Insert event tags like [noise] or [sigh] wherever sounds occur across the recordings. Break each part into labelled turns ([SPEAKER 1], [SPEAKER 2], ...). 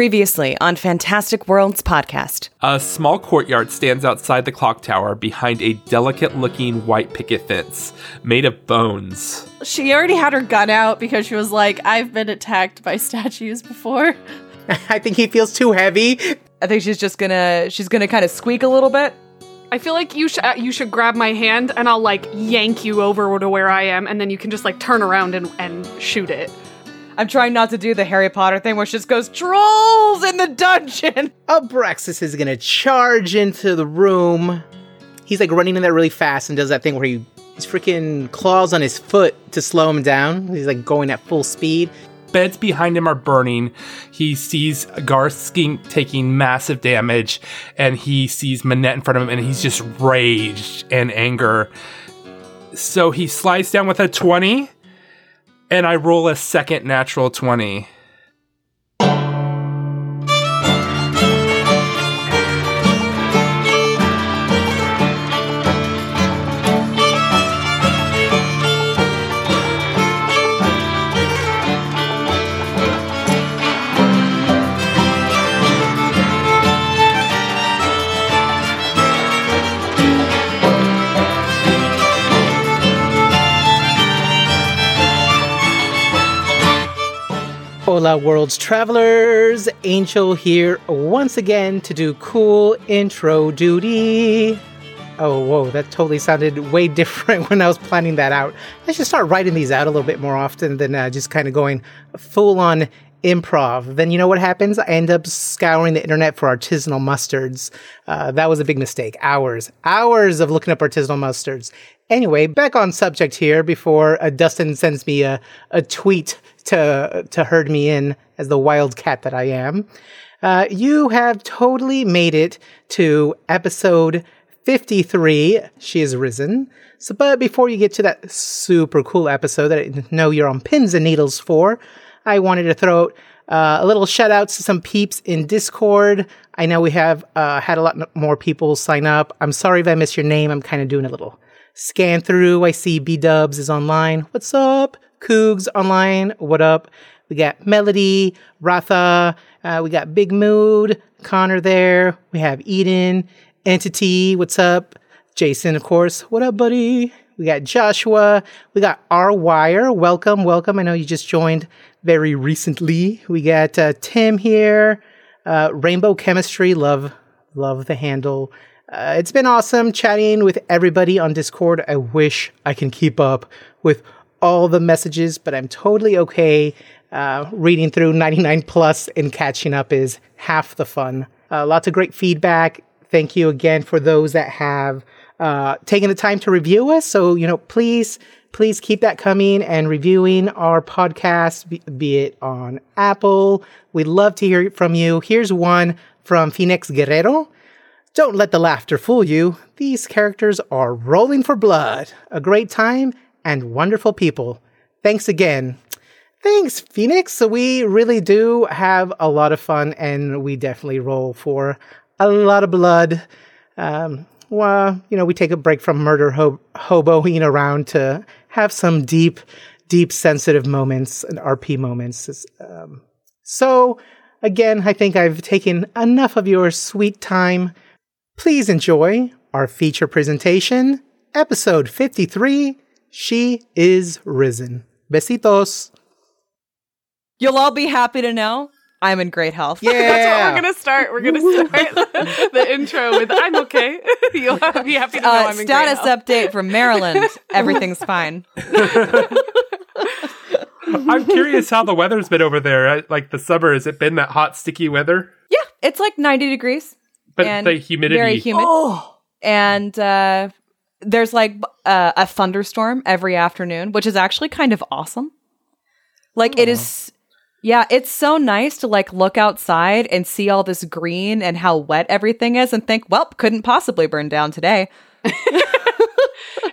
[SPEAKER 1] Previously on Fantastic Worlds podcast.
[SPEAKER 2] A small courtyard stands outside the clock tower behind a delicate looking white picket fence made of bones.
[SPEAKER 3] She already had her gun out because she was like, I've been attacked by [laughs] statues before.
[SPEAKER 4] I think he feels too heavy.
[SPEAKER 5] I think she's just gonna she's gonna kind of squeak a little bit.
[SPEAKER 6] I feel like you should uh, you should grab my hand and I'll like yank you over to where I am, and then you can just like turn around and and shoot it.
[SPEAKER 5] I'm trying not to do the Harry Potter thing where she just goes trolls in the dungeon.
[SPEAKER 4] Abraxas is gonna charge into the room. He's like running in there really fast and does that thing where he his freaking claws on his foot to slow him down. He's like going at full speed.
[SPEAKER 2] Beds behind him are burning. He sees Gar Skink taking massive damage, and he sees Manette in front of him, and he's just raged and anger. So he slides down with a 20, and I roll a second natural 20.
[SPEAKER 4] Hola, world's travelers. Angel here once again to do cool intro duty. Oh, whoa, that totally sounded way [laughs] different when I was planning that out. I should start writing these out a little bit more often than uh, just kind of going full on improv. Then you know what happens? I end up scouring the internet for artisanal mustards. Uh, that was a big mistake. Hours, hours of looking up artisanal mustards. Anyway, back on subject here before uh, Dustin sends me a, a tweet to to herd me in as the wild cat that I am. Uh, you have totally made it to episode 53. She is risen. So, but before you get to that super cool episode that I know you're on pins and needles for, I wanted to throw out uh, a little shout out to some peeps in Discord. I know we have uh, had a lot n- more people sign up. I'm sorry if I missed your name. I'm kind of doing a little scan through. I see B Dubs is online. What's up? Coogs online. What up? We got Melody, Ratha. Uh, we got Big Mood, Connor there. We have Eden, Entity. What's up? Jason, of course. What up, buddy? We got Joshua. We got R Wire. Welcome, welcome. I know you just joined very recently. We got uh, Tim here. Uh, Rainbow Chemistry. Love, love the handle. Uh, it's been awesome chatting with everybody on Discord. I wish I can keep up with all the messages, but I'm totally okay. Uh, reading through 99 plus and catching up is half the fun. Uh, lots of great feedback. Thank you again for those that have uh, taken the time to review us. So, you know, please, please keep that coming and reviewing our podcast, be, be it on Apple. We'd love to hear from you. Here's one from Phoenix Guerrero. Don't let the laughter fool you. These characters are rolling for blood. A great time and wonderful people. Thanks again. Thanks, Phoenix. We really do have a lot of fun and we definitely roll for a lot of blood. Um, well, you know, we take a break from murder ho- hoboing around to have some deep, deep sensitive moments and RP moments. It's, Um, so, again, I think I've taken enough of your sweet time. Please enjoy our feature presentation, episode 53 She is Risen. Besitos.
[SPEAKER 5] [laughs] You'll all be happy to know I'm in great health.
[SPEAKER 4] Yeah.
[SPEAKER 6] That's what we're gonna start.
[SPEAKER 5] [laughs]
[SPEAKER 6] We're gonna start the intro with "I'm okay." [laughs] You'll be happy to know
[SPEAKER 5] Uh,
[SPEAKER 6] I'm in great
[SPEAKER 5] status
[SPEAKER 6] health.
[SPEAKER 5] update from [laughs] Maryland. Everything's fine.
[SPEAKER 2] I'm curious how the weather's been over there. I- Like the summer, has it been that hot, sticky weather?
[SPEAKER 5] Yeah, it's like 90 degrees.
[SPEAKER 2] But
[SPEAKER 5] and
[SPEAKER 2] the humidity.
[SPEAKER 5] very humid.
[SPEAKER 6] Oh.
[SPEAKER 5] And uh, there's like uh, a thunderstorm every afternoon, which is actually kind of awesome. Like it is, yeah, it's so nice to like look outside and see all this green and how wet everything is, and think, well, couldn't possibly burn down today.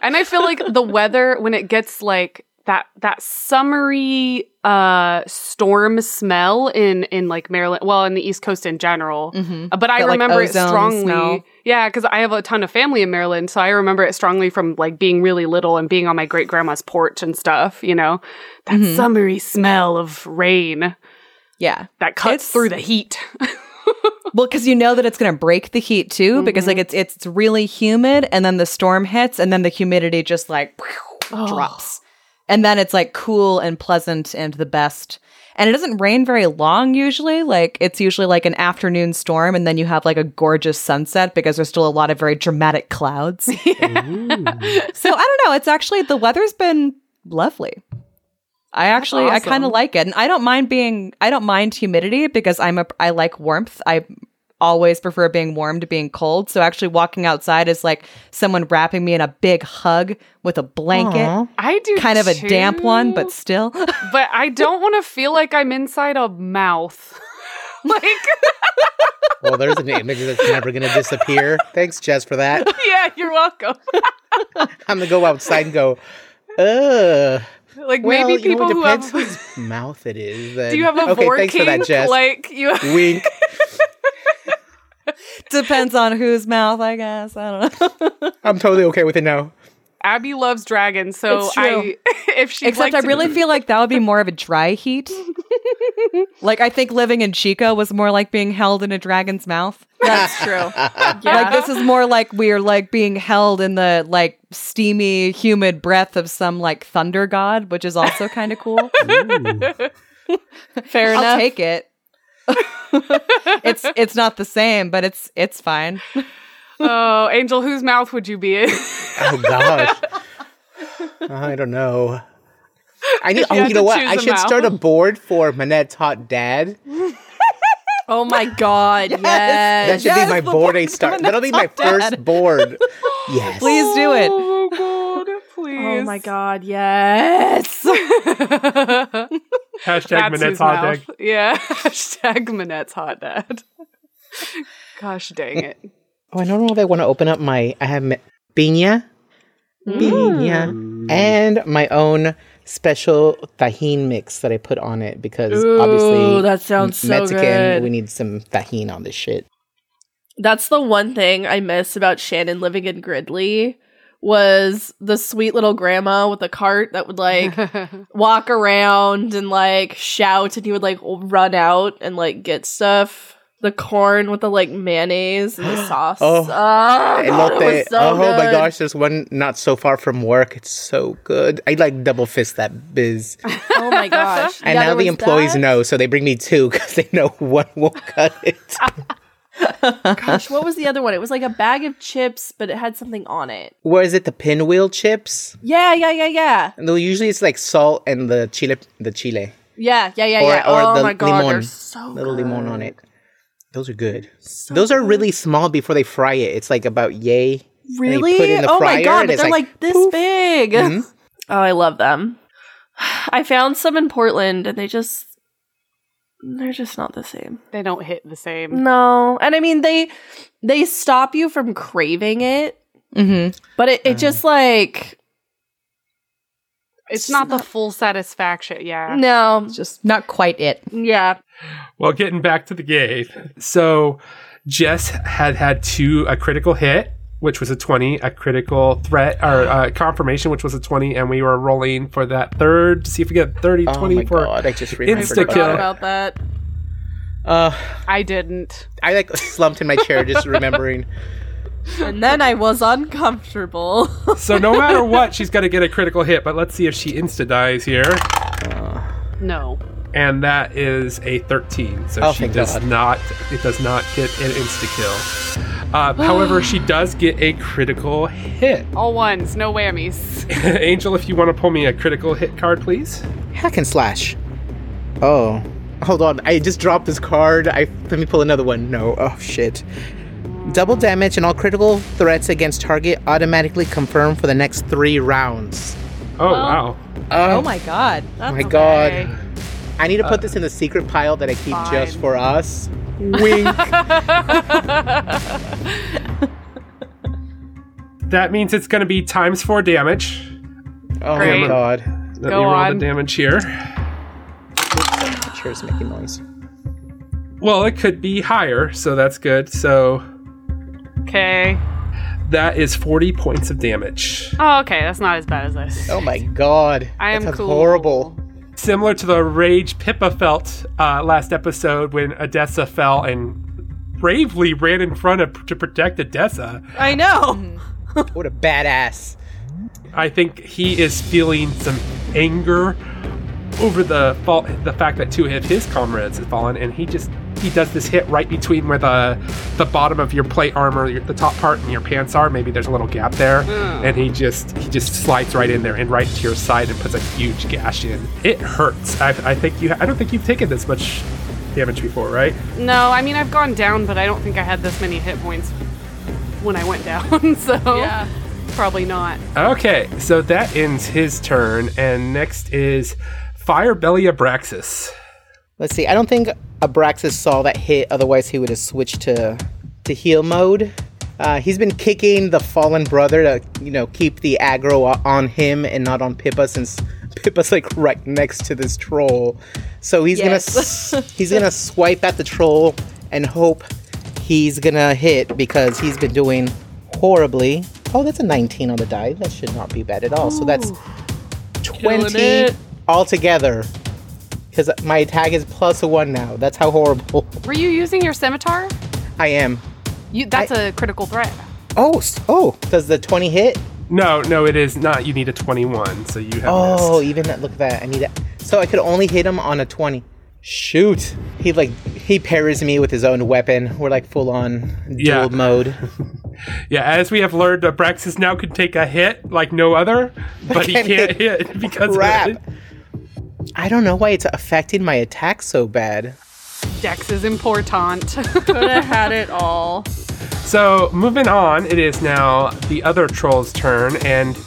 [SPEAKER 6] And I feel like the weather when it gets like that that summery uh storm smell in in like Maryland, well, in the East Coast in general.
[SPEAKER 5] Mm-hmm.
[SPEAKER 6] Uh, But I
[SPEAKER 5] That, like,
[SPEAKER 6] remember it
[SPEAKER 5] ozone
[SPEAKER 6] strongly.
[SPEAKER 5] smell.
[SPEAKER 6] Yeah, because I have a ton of family in Maryland, so I remember it strongly from like being really little and being on my
[SPEAKER 5] Mm-hmm.
[SPEAKER 6] great grandma's porch and stuff. You know, that
[SPEAKER 5] Mhm.
[SPEAKER 6] summery smell of rain.
[SPEAKER 5] Yeah.
[SPEAKER 6] that cuts
[SPEAKER 5] It's-
[SPEAKER 6] through
[SPEAKER 5] [laughs]
[SPEAKER 6] the heat.
[SPEAKER 5] Well, because you know that it's going to break the heat too, because like it's
[SPEAKER 6] Mm-hmm.
[SPEAKER 5] it's really humid, and then the storm hits, and then the humidity just like
[SPEAKER 6] Oh.
[SPEAKER 5] drops, and then it's like cool and pleasant and the best. And it doesn't rain very long usually. Like it's usually like an afternoon storm, and then you have like a gorgeous sunset because there's still a lot of very dramatic clouds. so I [laughs] don't know. It's actually the weather's been lovely. I actually I kind of
[SPEAKER 6] awesome.
[SPEAKER 5] like it, and I don't mind being I don't mind humidity because I'm a I like warmth. I always prefer being warm to being cold. So actually walking outside is like someone wrapping me in a big hug with a blanket,
[SPEAKER 6] I do
[SPEAKER 5] kind of a damp one,
[SPEAKER 6] too,
[SPEAKER 5] but still. [laughs]
[SPEAKER 6] but I don't want to feel like I'm inside a mouth. [laughs] like
[SPEAKER 4] Well, there's an image that's never going to disappear. Thanks, Jess, for that. [laughs]
[SPEAKER 6] yeah, you're welcome.
[SPEAKER 4] I'm going to go outside and go, ugh.
[SPEAKER 6] Like
[SPEAKER 4] Well,
[SPEAKER 6] maybe
[SPEAKER 4] you know,
[SPEAKER 6] people
[SPEAKER 4] it
[SPEAKER 6] who
[SPEAKER 4] depends
[SPEAKER 6] have
[SPEAKER 4] whose [laughs] mouth it is. Then.
[SPEAKER 6] do [laughs] you have a
[SPEAKER 4] Okay,
[SPEAKER 6] vork
[SPEAKER 4] thanks for that,
[SPEAKER 6] kink?
[SPEAKER 4] Jess.
[SPEAKER 6] Like you
[SPEAKER 4] Wink.
[SPEAKER 5] Depends on whose mouth, I guess. I don't know.
[SPEAKER 4] I'm totally okay with it now.
[SPEAKER 6] [laughs] Abby loves dragons, so
[SPEAKER 5] It's true.
[SPEAKER 6] I [laughs] if she
[SPEAKER 5] Except I
[SPEAKER 6] [laughs]
[SPEAKER 5] really feel like that would be more of a dry
[SPEAKER 3] [laughs]
[SPEAKER 5] heat. like I think living in Chico was more like being held in a dragon's mouth.
[SPEAKER 3] [laughs] That's true.
[SPEAKER 5] Like this is more like we're like being held in the like steamy, humid breath of some like thunder god, which is also kind of cool.
[SPEAKER 3] Fair
[SPEAKER 5] I'll
[SPEAKER 3] enough.
[SPEAKER 5] take it. [laughs] it's it's not the same, but it's it's fine.
[SPEAKER 6] Oh, Angel, whose mouth would you be in?
[SPEAKER 4] Oh, gosh. I don't know. I need, oh,
[SPEAKER 6] had
[SPEAKER 4] you know
[SPEAKER 6] to
[SPEAKER 4] what?
[SPEAKER 6] choose
[SPEAKER 4] I
[SPEAKER 6] a
[SPEAKER 4] should start a
[SPEAKER 6] mouth.
[SPEAKER 4] board for Manette's Hot Dad.
[SPEAKER 3] oh my god, yes.
[SPEAKER 4] That should
[SPEAKER 5] Yes,
[SPEAKER 4] be my
[SPEAKER 5] the
[SPEAKER 4] board I start. That'll be my first
[SPEAKER 6] [laughs]
[SPEAKER 4] board. Yes.
[SPEAKER 5] Please do
[SPEAKER 3] [laughs]
[SPEAKER 5] it.
[SPEAKER 2] [laughs]
[SPEAKER 6] Oh god, please.
[SPEAKER 3] Oh my
[SPEAKER 6] [laughs]
[SPEAKER 3] god, yes.
[SPEAKER 2] Hashtag
[SPEAKER 6] That's
[SPEAKER 2] Manette's
[SPEAKER 6] whose
[SPEAKER 2] hot
[SPEAKER 6] mouth.
[SPEAKER 2] dog.
[SPEAKER 6] Yeah. [laughs] Hashtag Manette's hot dad. [laughs] Gosh dang it.
[SPEAKER 4] Oh, I don't know if I want to open up my. I have mi- piña,
[SPEAKER 3] Mm.
[SPEAKER 4] piña, and my own special tajin mix that I put on it because obviously
[SPEAKER 3] Ooh, that sounds
[SPEAKER 4] m-
[SPEAKER 3] so good.
[SPEAKER 4] We need some tajin on this shit.
[SPEAKER 3] That's the one thing I miss about Shannon living in Gridley was the sweet little grandma with the cart that would [laughs] like walk around and like shout and you would like run out and like get stuff. The corn with the like mayonnaise and [gasps] the sauce.
[SPEAKER 4] Oh.
[SPEAKER 3] Ah, it
[SPEAKER 4] Elote.
[SPEAKER 3] was so
[SPEAKER 4] oh my
[SPEAKER 3] good.
[SPEAKER 4] gosh, there's one not so far from work. It's so good. I like double fist
[SPEAKER 3] [laughs]
[SPEAKER 4] that biz.
[SPEAKER 3] Oh my gosh.
[SPEAKER 4] And
[SPEAKER 3] Yeah,
[SPEAKER 4] now
[SPEAKER 3] there
[SPEAKER 4] the
[SPEAKER 3] was
[SPEAKER 4] employees
[SPEAKER 3] that.
[SPEAKER 4] know, so they bring me two [laughs] because they know one will cut
[SPEAKER 3] [laughs]
[SPEAKER 4] it.
[SPEAKER 3] Gosh, what was the other one? It was like a bag of chips, but it had something on it.
[SPEAKER 4] Where is it? The pinwheel chips?
[SPEAKER 3] Yeah, yeah, yeah, yeah.
[SPEAKER 4] No, usually it's like salt and the chile, the chile.
[SPEAKER 3] Yeah, yeah, yeah,
[SPEAKER 4] or,
[SPEAKER 3] yeah.
[SPEAKER 4] or
[SPEAKER 3] oh
[SPEAKER 4] the
[SPEAKER 3] my god,
[SPEAKER 4] limon,
[SPEAKER 3] they're so
[SPEAKER 4] little
[SPEAKER 3] good.
[SPEAKER 4] limon on it. Those are good. Those are really small before they fry it. It's like about yay. they
[SPEAKER 3] Really?
[SPEAKER 4] put it in the
[SPEAKER 3] oh
[SPEAKER 4] fryer
[SPEAKER 3] my god,
[SPEAKER 4] and
[SPEAKER 3] but
[SPEAKER 4] it's
[SPEAKER 3] they're
[SPEAKER 4] like,
[SPEAKER 3] like, this
[SPEAKER 4] poof. Mm-hmm.
[SPEAKER 3] big. [sighs] Oh, I love them. [sighs] I found some in Portland and they just they're just not the same.
[SPEAKER 6] They don't hit the
[SPEAKER 3] Mm,
[SPEAKER 6] same.
[SPEAKER 3] No. And I mean they they stop you from craving it,
[SPEAKER 5] hmm
[SPEAKER 3] but it,
[SPEAKER 4] Mm.
[SPEAKER 3] it just like
[SPEAKER 6] It's not the full satisfaction. Yeah.
[SPEAKER 3] no.
[SPEAKER 5] Just not quite it.
[SPEAKER 3] Yeah.
[SPEAKER 2] Well, getting back to the game. So Jess had had two a critical hit, which was a 20, a critical threat or uh, confirmation, which was a 20, and we were rolling for that third to see if we get 30,
[SPEAKER 4] Oh
[SPEAKER 2] 20
[SPEAKER 4] my
[SPEAKER 2] for
[SPEAKER 4] god! I just remembered
[SPEAKER 2] Insta-kill.
[SPEAKER 4] about
[SPEAKER 3] Forgot
[SPEAKER 2] Yeah.
[SPEAKER 4] that.
[SPEAKER 3] about that.
[SPEAKER 4] Uh,
[SPEAKER 6] I didn't.
[SPEAKER 4] I like [laughs] slumped in my chair just remembering.
[SPEAKER 3] And then I was uncomfortable. [laughs]
[SPEAKER 2] So no matter what, she's got to get a critical hit, but let's see if she insta dies here.
[SPEAKER 6] No.
[SPEAKER 2] And that is a 13. So
[SPEAKER 4] Oh,
[SPEAKER 2] she
[SPEAKER 4] thank
[SPEAKER 2] does
[SPEAKER 4] God.
[SPEAKER 2] not it does not get an insta kill. Uh, however, she does get a critical hit.
[SPEAKER 6] All ones, no whammies.
[SPEAKER 2] [laughs] Angel, if you want to pull me a critical hit card, please.
[SPEAKER 4] Hack and slash. Oh, hold on! I just dropped this card. I let me pull another one. No, oh shit. Double damage and all critical threats against target automatically confirmed for the next three rounds.
[SPEAKER 2] Oh wow.
[SPEAKER 5] Oh my god.
[SPEAKER 4] Oh my god.
[SPEAKER 6] okay.
[SPEAKER 4] I need to put this in the secret pile that I keep just
[SPEAKER 6] Fine.
[SPEAKER 4] for us. Wink.
[SPEAKER 2] That means it's going to be times four damage.
[SPEAKER 4] oh my
[SPEAKER 6] Great.
[SPEAKER 4] god.
[SPEAKER 2] Let
[SPEAKER 6] Go
[SPEAKER 2] me roll
[SPEAKER 6] on.
[SPEAKER 2] the damage here.
[SPEAKER 4] The chair's making noise.
[SPEAKER 2] Well, it could be higher, so that's good. So
[SPEAKER 6] Okay.
[SPEAKER 2] that is 40 points of damage.
[SPEAKER 6] Oh, okay. That's not as bad as this.
[SPEAKER 4] Oh my god.
[SPEAKER 6] I
[SPEAKER 4] That
[SPEAKER 6] am
[SPEAKER 4] sounds
[SPEAKER 6] cool.
[SPEAKER 4] horrible.
[SPEAKER 2] Similar to the rage Pippa felt uh, last episode when Odessa fell and bravely ran in front of to protect Odessa.
[SPEAKER 5] I know.
[SPEAKER 4] What a badass.
[SPEAKER 2] I think he is feeling some anger over the fall, the fact that two of his comrades have fallen, and he just he does this hit right between where the the bottom of your plate armor, your, the top part, and your pants are. Maybe there's a little gap there, and he just he just slides right in there and right to your side and puts a huge gash in. It hurts. I, I think you. I don't think you've taken this much damage before, right?
[SPEAKER 6] No, I mean I've gone down, but I don't think I had this many hit points when I went down. [laughs] So
[SPEAKER 3] Yeah.
[SPEAKER 6] probably not.
[SPEAKER 2] Okay, so that ends his turn, and next is Firebelly Abraxas.
[SPEAKER 4] Let's see. I don't think Abraxas saw that hit. Otherwise, he would have switched to to heal mode. Uh, he's been kicking the fallen brother to you know keep the aggro o- on him and not on Pippa since Pippa's like right next to this troll. So he's gonna s- he's gonna swipe at the troll and hope he's gonna hit because he's been doing horribly. Oh, that's a 19 on the die. That should not be bad at all. So that's 20
[SPEAKER 3] it.
[SPEAKER 4] altogether because my attack is plus one now. That's how horrible [laughs]
[SPEAKER 6] Were you using your scimitar?
[SPEAKER 4] I am.
[SPEAKER 6] You that's a critical threat.
[SPEAKER 4] Oh, s- oh, does the 20 hit?
[SPEAKER 2] No, no, it is not. You need a 21, so you have
[SPEAKER 4] Oh,
[SPEAKER 2] missed.
[SPEAKER 4] even that. Look at that. I need that. So I could only hit him on a 20. Shoot. He like he parries me with his own weapon. We're like full on dual
[SPEAKER 2] Yeah.
[SPEAKER 4] [laughs] mode.
[SPEAKER 2] Yeah, as we have learned, Abraxas now can take a hit like no
[SPEAKER 4] [laughs]
[SPEAKER 2] other, but he
[SPEAKER 4] Can't
[SPEAKER 2] can't [laughs] hit because
[SPEAKER 4] Crap.
[SPEAKER 2] Of it.
[SPEAKER 4] I don't know why it's affecting my attack so bad.
[SPEAKER 6] Dex is important. [laughs]
[SPEAKER 3] Could have had it all.
[SPEAKER 2] So moving on, it is now the other troll's turn, and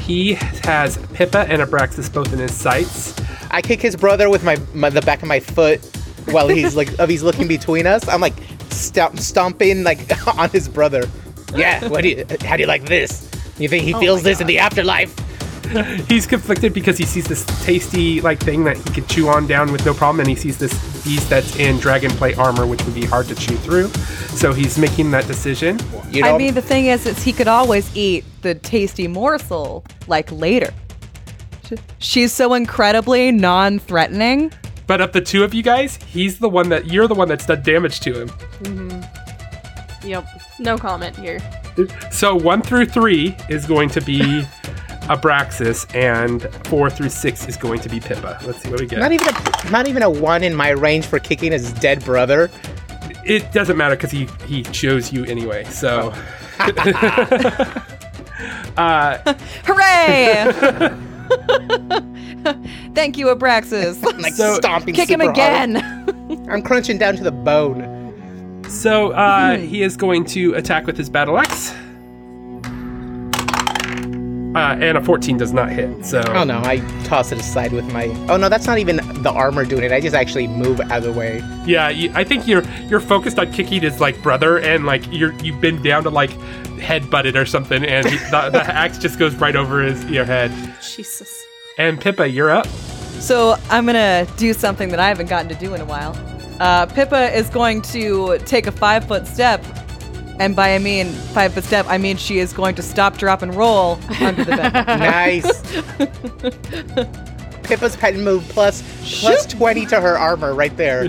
[SPEAKER 2] he has Pippa and Abraxas both in his sights.
[SPEAKER 4] I kick his brother with my, my the back of my foot while he's like
[SPEAKER 5] [laughs]
[SPEAKER 4] if he's looking between us. I'm like stomp, stomping like [laughs] on his brother. Yeah, what do you, how do you like this? You think he
[SPEAKER 5] Oh
[SPEAKER 4] feels this in the afterlife?
[SPEAKER 2] He's conflicted because he sees this tasty like thing that he could chew on down with no problem, and he sees this beast that's in dragonplate armor, which would be hard to chew through. So he's making that decision.
[SPEAKER 4] You know,
[SPEAKER 5] I mean, the thing is, is he could always eat the tasty morsel like later. Sh- She's so incredibly non-threatening.
[SPEAKER 2] But of the two of you guys, he's the one that you're the one that's done damage to him.
[SPEAKER 3] Yep. No comment here.
[SPEAKER 2] So one through three is going to be [laughs] Abraxas, and four through six is going to be Pippa. Let's see what we get.
[SPEAKER 4] not even a not even a one in my range for kicking his dead brother.
[SPEAKER 2] it doesn't matter because he he chose you anyway. So
[SPEAKER 5] Hooray! [laughs] Thank you, Abraxas.
[SPEAKER 4] Like
[SPEAKER 2] So-
[SPEAKER 4] stomping.
[SPEAKER 5] Kick him
[SPEAKER 4] super hard.
[SPEAKER 5] again.
[SPEAKER 4] I'm crunching down to the bone.
[SPEAKER 2] so uh, he is going to attack with his battle axe. Uh, and a 14 does not hit, so
[SPEAKER 4] Oh no, I toss it aside with my Oh no, that's not even the armor doing it. I just actually move out of the way.
[SPEAKER 2] yeah, you, I think you're you're focused on kicking his like brother, and like you're you bend down to like headbutt it or something, and he- the, the axe just goes right over his your head.
[SPEAKER 6] Jesus.
[SPEAKER 2] And Pippa, you're up. [laughs]
[SPEAKER 5] so I'm gonna do something that I haven't gotten to do in a while. Uh, Pippa is going to take a five-foot step, and by I mean five-foot step, I mean she is going to stop, drop, and roll under the bed.
[SPEAKER 4] Nice. Pippa's pet move plus plus 20 to her armor right there.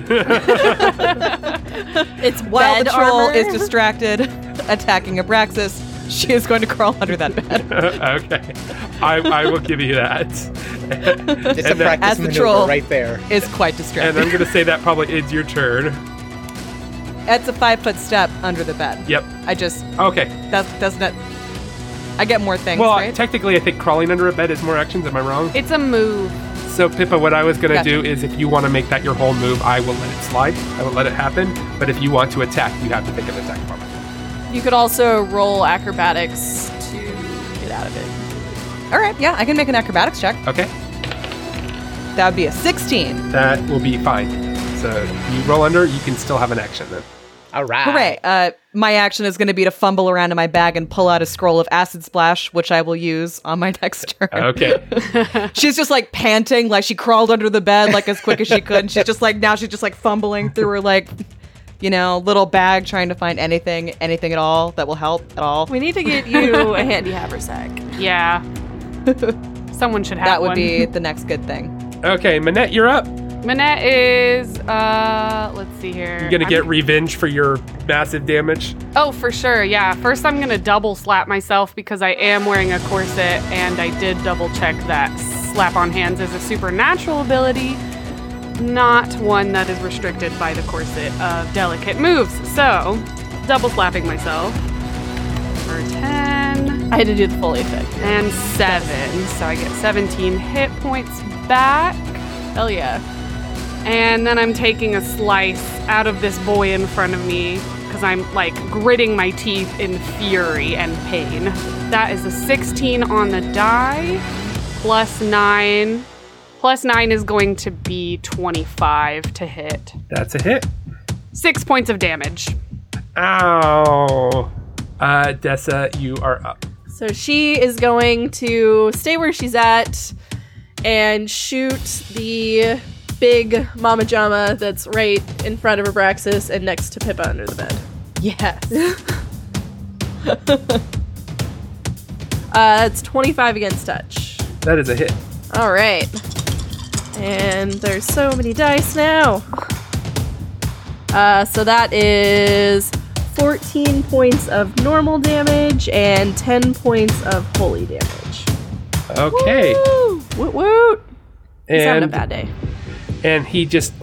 [SPEAKER 3] It's
[SPEAKER 5] While
[SPEAKER 3] bed
[SPEAKER 5] the troll
[SPEAKER 3] armor.
[SPEAKER 5] is distracted, [laughs] attacking Abraxas, she is going to crawl [laughs] under that bed.
[SPEAKER 2] okay. I, I will give you that.
[SPEAKER 4] It's a
[SPEAKER 2] And then-
[SPEAKER 4] practice
[SPEAKER 5] As the
[SPEAKER 4] maneuver
[SPEAKER 5] troll.
[SPEAKER 4] right there.
[SPEAKER 5] is quite
[SPEAKER 2] And
[SPEAKER 5] distracting.
[SPEAKER 2] I'm going to say that probably is your turn.
[SPEAKER 5] That's a five foot step under the bed.
[SPEAKER 2] Yep.
[SPEAKER 5] I just
[SPEAKER 2] Okay.
[SPEAKER 5] that doesn't that. I get more things.
[SPEAKER 2] Well,
[SPEAKER 5] right?
[SPEAKER 2] technically, I think crawling under a bed is more actions. Am I wrong?
[SPEAKER 6] It's a move.
[SPEAKER 2] So, Pippa, what I was going to
[SPEAKER 5] Gotcha.
[SPEAKER 2] do is if you want to make that your whole move, I will let it slide. I will let it happen. But if you want to attack, you have to take an attack from it.
[SPEAKER 3] You could also roll acrobatics to get out of it.
[SPEAKER 5] All right, yeah, I can make an acrobatics check.
[SPEAKER 2] Okay?
[SPEAKER 5] That would be a sixteen.
[SPEAKER 2] That will be fine. So, you roll under, you can still have an action then.
[SPEAKER 4] All right.
[SPEAKER 5] Hooray!
[SPEAKER 2] Ah.
[SPEAKER 5] Uh, my action is going to be to fumble around in my bag and pull out a scroll of acid splash, which I will use on my [laughs] next turn.
[SPEAKER 3] [laughs]
[SPEAKER 2] Okay.
[SPEAKER 5] She's just like panting, like she crawled under the bed like as quick as she could. And she's just like now she's just like fumbling through her like, you know, little bag trying to find anything, anything at all that will help at all.
[SPEAKER 3] We need to get you [laughs] a handy haversack.
[SPEAKER 5] [laughs]
[SPEAKER 6] Yeah. Someone should have
[SPEAKER 5] that would
[SPEAKER 6] one.
[SPEAKER 5] be the next good thing.
[SPEAKER 2] Okay, Manette, you're up.
[SPEAKER 6] Manette is uh let's see here.
[SPEAKER 2] You're gonna
[SPEAKER 6] I'm-
[SPEAKER 2] get revenge for your massive damage.
[SPEAKER 6] Oh, for sure. Yeah. First I'm gonna double slap myself because I am wearing a corset and I did double check that slap on hands is a supernatural ability, not one that is restricted by the corset of delicate moves. So double slapping myself for ten.
[SPEAKER 3] I had to do the full effect.
[SPEAKER 6] and seven. So I get 17 hit points back.
[SPEAKER 3] Hell yeah.
[SPEAKER 6] And then I'm taking a slice out of this boy in front of me because I'm like gritting my teeth in fury and pain. That is a 16 on the die, plus nine. Plus nine is going to be 25 to hit.
[SPEAKER 2] That's a hit.
[SPEAKER 6] Six points of damage.
[SPEAKER 2] Ow. Uh, Dessa, you are up.
[SPEAKER 3] So she is going to stay where she's at and shoot the big Mama Jama that's right in front of Abraxas and next to Pippa under the bed.
[SPEAKER 5] Yes.
[SPEAKER 3] [laughs] Uh, it's 25 against touch.
[SPEAKER 2] That is a hit.
[SPEAKER 3] All right. And there's so many dice now. Uh, so that is 14 points of normal damage and 10 points of holy damage.
[SPEAKER 2] Okay.
[SPEAKER 3] Woo! Woot woot! He's having a
[SPEAKER 2] And,
[SPEAKER 3] bad day.
[SPEAKER 2] and he just,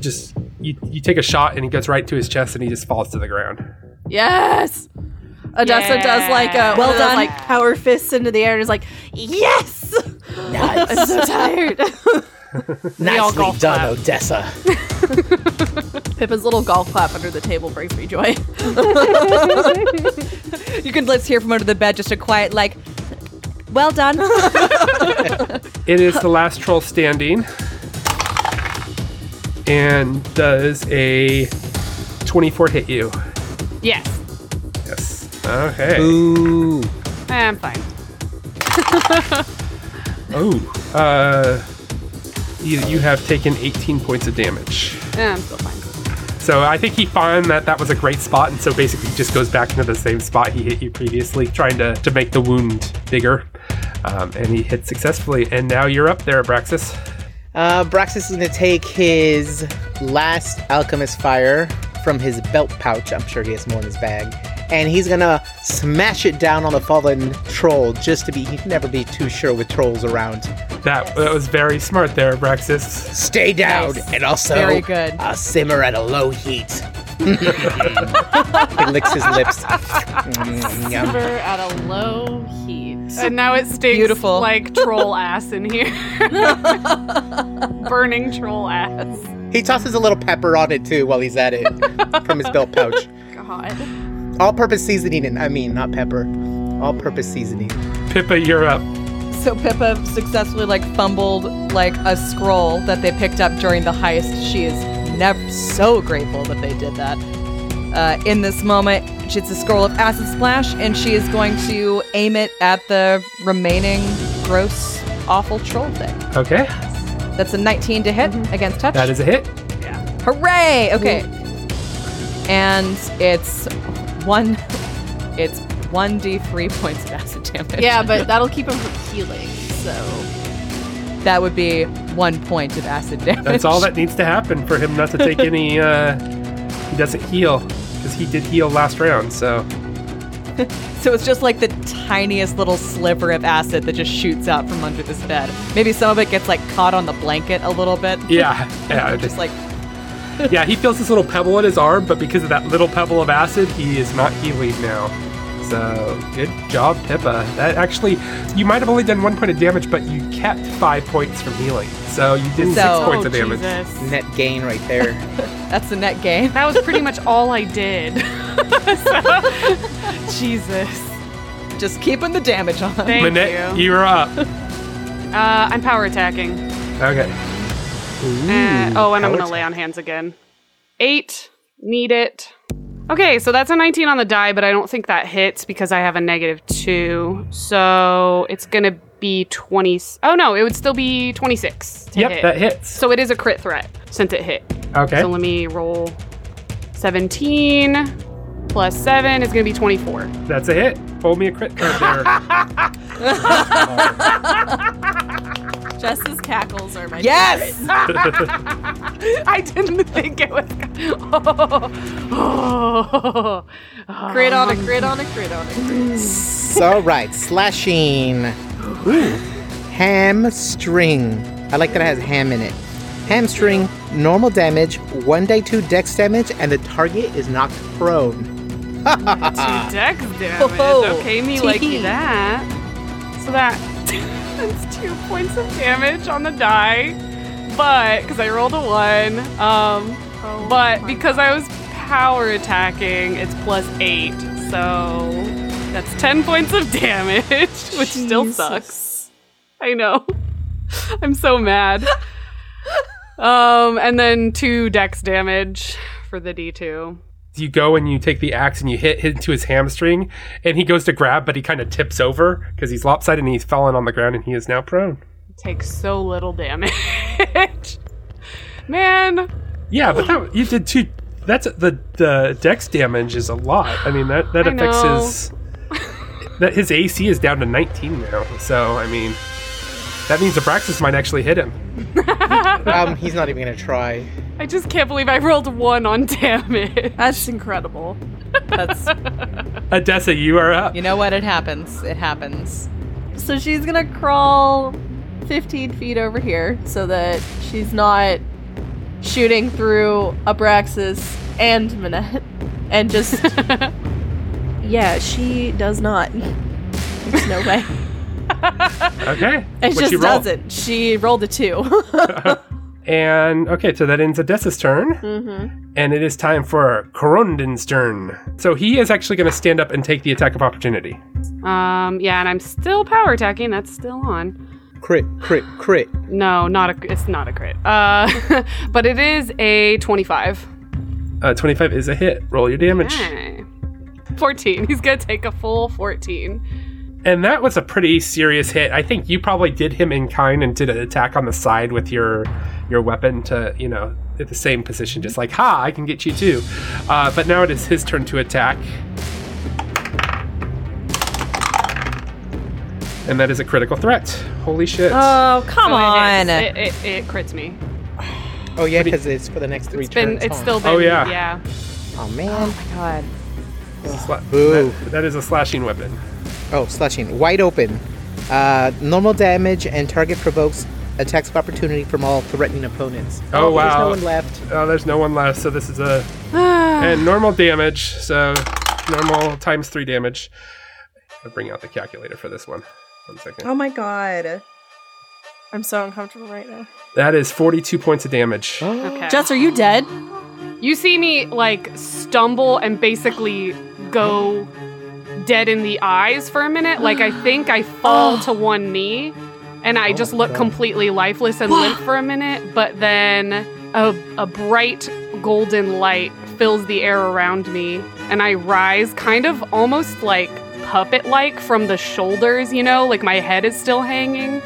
[SPEAKER 2] just, you, you take a shot and he goes right to his chest and he just falls to the ground.
[SPEAKER 3] Yes! Odessa does like uh, a well done, like power fists into the air and is like, yes! [laughs] I'm so tired. [laughs]
[SPEAKER 4] Nicely done, Odessa.
[SPEAKER 3] Pippa's little golf clap under the table brings me joy.
[SPEAKER 5] you can let's hear from under the bed just a quiet like well done.
[SPEAKER 2] It is the last troll standing. And does a 24 hit you?
[SPEAKER 6] Yes.
[SPEAKER 2] Yes. Okay.
[SPEAKER 4] Ooh.
[SPEAKER 6] I'm fine.
[SPEAKER 2] Oh. Uh, you, you have taken 18 points of damage.
[SPEAKER 6] I'm still fine.
[SPEAKER 2] So I think he found that that was a great spot, and so basically just goes back into the same spot he hit you previously, trying to, to make the wound bigger. Um, and he hit successfully, and now you're up there, Abraxas.
[SPEAKER 4] Uh, Braxis is going to take his last Alchemist Fire from his belt pouch. I'm sure he has more in his bag. And he's going to smash it down on the fallen troll just to be, he'd never be too sure with trolls around.
[SPEAKER 2] That, that was very smart there, Abraxas.
[SPEAKER 4] Stay down and also
[SPEAKER 5] Very good.
[SPEAKER 4] I'll simmer at a low heat.
[SPEAKER 5] [laughs]
[SPEAKER 4] he licks his lips. Mm, yum.
[SPEAKER 3] at a low heat.
[SPEAKER 6] And now it stinks
[SPEAKER 5] Beautiful.
[SPEAKER 6] like troll ass in here. [laughs] Burning troll ass.
[SPEAKER 4] He tosses a little pepper on it too while he's at it from his belt pouch.
[SPEAKER 3] God.
[SPEAKER 4] All purpose seasoning, I mean, not pepper. All purpose seasoning.
[SPEAKER 2] Pippa, you're up.
[SPEAKER 5] so Pippa successfully like fumbled like a scroll that they picked up during the heist. She is never so grateful that they did that. Uh, in this moment, it's a scroll of acid splash, and she is going to aim it at the remaining gross, awful troll thing.
[SPEAKER 2] Okay,
[SPEAKER 5] That's a 19 to hit against touch.
[SPEAKER 2] Mm-hmm. that is a hit.
[SPEAKER 5] Hooray! Okay. And it's one it's one D three points of acid damage.
[SPEAKER 3] Yeah, but that'll keep him from healing, so.
[SPEAKER 5] That would be one point of acid damage.
[SPEAKER 2] That's all that needs to happen for him not to take any. Uh, he doesn't heal because he did heal last round, so
[SPEAKER 5] So it's just like the tiniest little sliver of acid that just shoots out from under this bed. Maybe some of it gets like caught on the blanket a little bit.
[SPEAKER 2] yeah, yeah,
[SPEAKER 5] Just like
[SPEAKER 2] yeah. He feels this little pebble in his arm, but because of that little pebble of acid, he is not healing now. So good job, Pippa. That actually, you might have only done one point of damage, but you kept five points from healing, so you did
[SPEAKER 5] So-
[SPEAKER 2] six points of damage.
[SPEAKER 6] Oh, Jesus.
[SPEAKER 4] Net gain right
[SPEAKER 5] [laughs]
[SPEAKER 4] there.
[SPEAKER 5] that's the net gain. [laughs]
[SPEAKER 6] That was pretty much all I did. [laughs] So- Jesus.
[SPEAKER 5] Just keeping the damage on.
[SPEAKER 6] Thank
[SPEAKER 2] Manette,
[SPEAKER 6] you.
[SPEAKER 2] you're
[SPEAKER 6] [laughs]
[SPEAKER 2] up.
[SPEAKER 6] Uh, I'm power attacking.
[SPEAKER 2] Okay.
[SPEAKER 6] Uh, oh, and I'm
[SPEAKER 2] power
[SPEAKER 6] going to lay on hands again. Eight. Need it. Okay, so that's a 19 on the die, but I don't think that hits because I have a negative two. So it's going to be 20. Oh, no, it would still be 26. To
[SPEAKER 2] Yep,
[SPEAKER 6] hit.
[SPEAKER 2] that hits.
[SPEAKER 6] So it is a crit threat since it hit.
[SPEAKER 2] okay.
[SPEAKER 6] So let me roll 17 plus 7 is going to be 24.
[SPEAKER 2] That's a
[SPEAKER 6] [laughs]
[SPEAKER 2] hit. Roll me a crit card there.
[SPEAKER 3] Jess's cackles are my
[SPEAKER 5] Yes!
[SPEAKER 6] I didn't think it was. Oh, oh.
[SPEAKER 3] Crit on a crit on a crit on a crit.
[SPEAKER 4] So, right, slashing. Ooh. Hamstring. I like that it has ham in it. Hamstring, normal damage, 1d2 dex damage, and the target is knocked prone.
[SPEAKER 6] Two dex damage.
[SPEAKER 5] Oh,
[SPEAKER 6] okay, me like
[SPEAKER 5] tee.
[SPEAKER 6] that. So that [laughs] that's two points of damage on the die, but because I rolled a one, um, but because I was power attacking, it's plus eight, so that's ten points of damage, [laughs] which still sucks. [laughs] I know. I'm so mad. um, and then two dex damage for the d2.
[SPEAKER 2] you go and you take the axe and you hit, hit into his hamstring, and he goes to grab, but he kind of tips over because he's lopsided and he's fallen on the ground and he is now prone.
[SPEAKER 6] takes so little damage. [laughs] Man,
[SPEAKER 2] Yeah, but that, you did two. That's the the dex damage is a lot. I mean that that
[SPEAKER 6] I
[SPEAKER 2] affects
[SPEAKER 6] know.
[SPEAKER 2] his that his AC is down to 19 now. So I mean, that means Abraxas might actually hit him.
[SPEAKER 4] Um, he's not even gonna try.
[SPEAKER 6] I just can't believe I rolled one on damage.
[SPEAKER 3] That's incredible.
[SPEAKER 5] That's
[SPEAKER 2] Odessa, you are up.
[SPEAKER 5] you know what? It happens. It happens.
[SPEAKER 3] So she's gonna crawl 15 feet over here so that she's not shooting through Abraxas and Minette. And [laughs] just. yeah, she does not. There's no [laughs] way.
[SPEAKER 2] Okay,
[SPEAKER 3] It
[SPEAKER 2] What'd
[SPEAKER 3] just
[SPEAKER 2] you roll?
[SPEAKER 3] doesn't. She rolled a
[SPEAKER 2] [laughs]
[SPEAKER 3] two.
[SPEAKER 2] And okay, so that ends Odessa's turn,
[SPEAKER 3] Mm-hmm.
[SPEAKER 2] and it is time for Corundin's turn. So he is actually going to stand up and take the attack of opportunity.
[SPEAKER 6] Um, yeah, and I'm still power attacking. That's still on.
[SPEAKER 4] Crit, crit, crit.
[SPEAKER 6] No, not a. It's not a crit. Uh, [laughs] but it is a 25.
[SPEAKER 2] Uh, 25 is a hit. Roll your damage.
[SPEAKER 6] Okay. 14. [laughs] He's gonna take a full 14.
[SPEAKER 2] And that was a pretty serious hit. I think you probably did him in kind and did an attack on the side with your your weapon to, you know, at the same position, just like, ha, I can get you too. Uh, but now it is his turn to attack. And that is a critical threat. Holy shit.
[SPEAKER 5] Oh, come
[SPEAKER 6] So
[SPEAKER 5] on.
[SPEAKER 6] It, is- it, it, it crits me.
[SPEAKER 4] Oh, yeah, because it's for the next three
[SPEAKER 6] It's been.
[SPEAKER 4] turns.
[SPEAKER 6] It's
[SPEAKER 4] huh?
[SPEAKER 6] still been.
[SPEAKER 2] Oh, yeah.
[SPEAKER 4] Oh, man.
[SPEAKER 5] God.
[SPEAKER 2] Sla-
[SPEAKER 4] Boo.
[SPEAKER 2] that- that is a slashing weapon.
[SPEAKER 4] Oh, slashing. Wide open. Uh, normal damage, and target provokes attacks of opportunity from all threatening opponents.
[SPEAKER 2] Oh,
[SPEAKER 4] There's
[SPEAKER 2] wow.
[SPEAKER 4] no one left.
[SPEAKER 2] Oh, there's no one left, so this is a
[SPEAKER 3] Ah.
[SPEAKER 2] and normal damage. So normal times three damage. I'll bring out the calculator for this one. One second.
[SPEAKER 1] my god.
[SPEAKER 3] Oh I'm so uncomfortable right now.
[SPEAKER 2] That is 42 points of damage.
[SPEAKER 6] Okay.
[SPEAKER 3] Jess, are you dead?
[SPEAKER 6] You see me like stumble and basically go dead in the eyes for a minute. Like I think I fall to one knee and
[SPEAKER 2] Oh
[SPEAKER 6] I just look completely lifeless and limp for a minute, but then a, a bright golden light fills the air around me and I rise kind of almost like puppet like from the shoulders, you know, like my head is still hanging.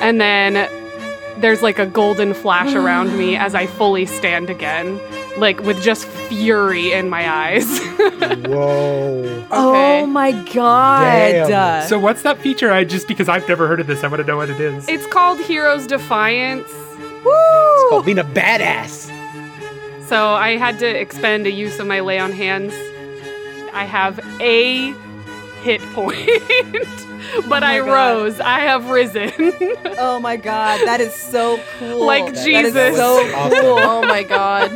[SPEAKER 6] And then there's like a golden flash around me as I fully stand again, like with just fury in my eyes. [laughs]
[SPEAKER 4] Whoa.
[SPEAKER 5] Oh my God.
[SPEAKER 4] Damn.
[SPEAKER 2] So what's that feature? I just because I've never heard of this, I want to know what it is.
[SPEAKER 6] it's called Heroes Defiance.
[SPEAKER 4] It's called being a badass.
[SPEAKER 6] So I had to expend a use of my lay on hands. I have a hit point, [laughs] but I
[SPEAKER 5] Oh God.
[SPEAKER 6] rose. I have risen. [laughs]
[SPEAKER 5] oh my God. That is so cool.
[SPEAKER 6] Like
[SPEAKER 5] That
[SPEAKER 6] Jesus.
[SPEAKER 5] is so
[SPEAKER 4] Awesome.
[SPEAKER 5] cool.
[SPEAKER 3] Oh my god.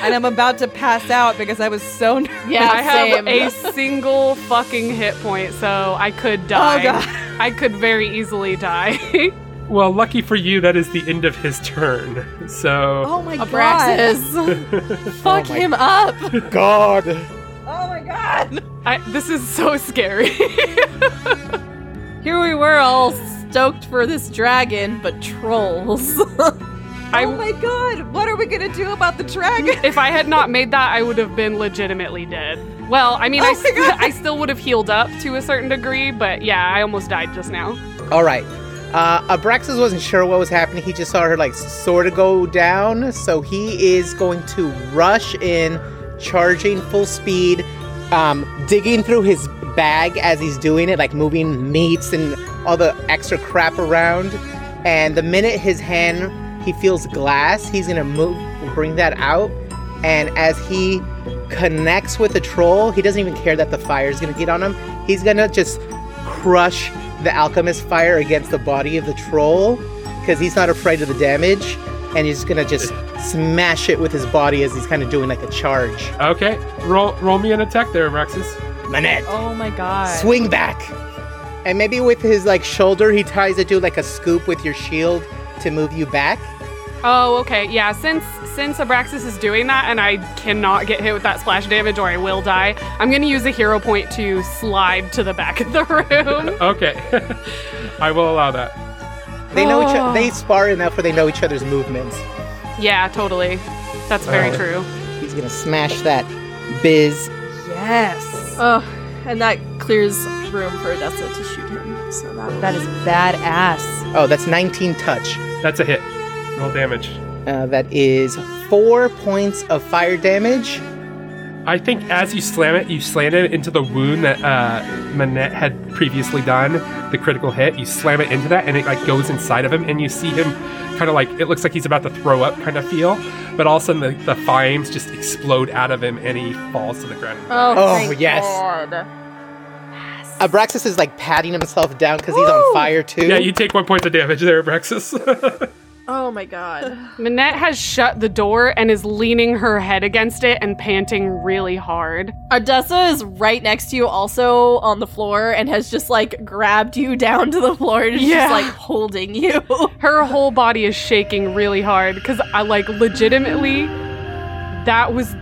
[SPEAKER 5] and I'm about to pass out because I was so [laughs] nervous.
[SPEAKER 3] Yeah,
[SPEAKER 6] I have
[SPEAKER 3] same.
[SPEAKER 6] a single fucking hit point, so I could die.
[SPEAKER 5] Oh, God.
[SPEAKER 6] I could very easily die. [laughs]
[SPEAKER 2] well, lucky for you, that is the end of his turn. So
[SPEAKER 5] Oh my
[SPEAKER 3] Abraxas. Fuck him up.
[SPEAKER 4] God.
[SPEAKER 5] God. Oh my God.
[SPEAKER 6] I, this is so scary. [laughs]
[SPEAKER 3] Here we were all stoked for this dragon,
[SPEAKER 5] [laughs]
[SPEAKER 3] but trolls.
[SPEAKER 6] I,
[SPEAKER 5] Oh my God. What are we going to do about the dragon?
[SPEAKER 6] if I had not made that, I would have been legitimately dead. Well, I mean, I,
[SPEAKER 5] Oh my
[SPEAKER 6] [laughs] st-
[SPEAKER 5] God.
[SPEAKER 6] I still would have healed up to a certain degree, but yeah, I almost died just now.
[SPEAKER 4] All right. Uh, Abraxas wasn't sure what was happening. He just saw her like sort of go down, so he is going to rush in, charging full speed, um, digging through his bag as he's doing it, like moving meats and all the extra crap around, And the minute his hand he feels glass, he's gonna move, bring that out. And as he connects with the troll, he doesn't even care that the fire is gonna get on him. He's gonna just crush the alchemist fire against the body of the troll because he's not afraid of the damage, and he's gonna just smash it with his body as he's kind of doing like a charge.
[SPEAKER 3] Oh.
[SPEAKER 2] Okay, roll roll me an attack there, Rexus.
[SPEAKER 4] Manette.
[SPEAKER 5] [laughs] Oh my god.
[SPEAKER 4] swing back. And maybe with his like shoulder, he tries to do like a scoop with your shield to move you back.
[SPEAKER 6] Oh, okay. Yeah, since since Abraxas is doing that and I cannot get hit with that splash damage or I will die, I'm going to use a hero point to slide to the back of the [laughs] room.
[SPEAKER 2] Okay, [laughs] I will allow that.
[SPEAKER 4] They know each
[SPEAKER 6] Oh.
[SPEAKER 4] they spar enough where they know each other's movements.
[SPEAKER 6] yeah, totally. That's very
[SPEAKER 2] Alright.
[SPEAKER 6] true.
[SPEAKER 4] He's gonna smash that biz.
[SPEAKER 5] Yes.
[SPEAKER 3] Oh, and that clears room for Odessa to shoot him. So that
[SPEAKER 5] That is badass.
[SPEAKER 4] Oh, that's 19 touch.
[SPEAKER 2] That's a hit. Roll damage.
[SPEAKER 4] Uh, that is four points of fire damage.
[SPEAKER 2] I think as you slam it, you slam it into the wound that uh, Manette had previously done, the critical hit. You slam it into that, and it like goes inside of him, and you see him kind of like it looks like he's about to throw up, kind of feel. But all of a sudden, the, the flames just explode out of him, and he falls to the ground.
[SPEAKER 3] Oh,
[SPEAKER 4] Oh,
[SPEAKER 3] thank
[SPEAKER 4] yes.
[SPEAKER 3] God.
[SPEAKER 4] Abraxas is like patting himself down because he's on fire too.
[SPEAKER 2] Yeah, you take one point of damage there, Brexus.
[SPEAKER 3] Oh my god.
[SPEAKER 6] Minette has shut the door and is leaning her head against it and panting really hard.
[SPEAKER 3] Odessa is right next to you, also on the floor, and has just like grabbed you down to the floor and is
[SPEAKER 6] Yeah.
[SPEAKER 3] just like holding you.
[SPEAKER 6] Her whole body is shaking really hard because I like legitimately that was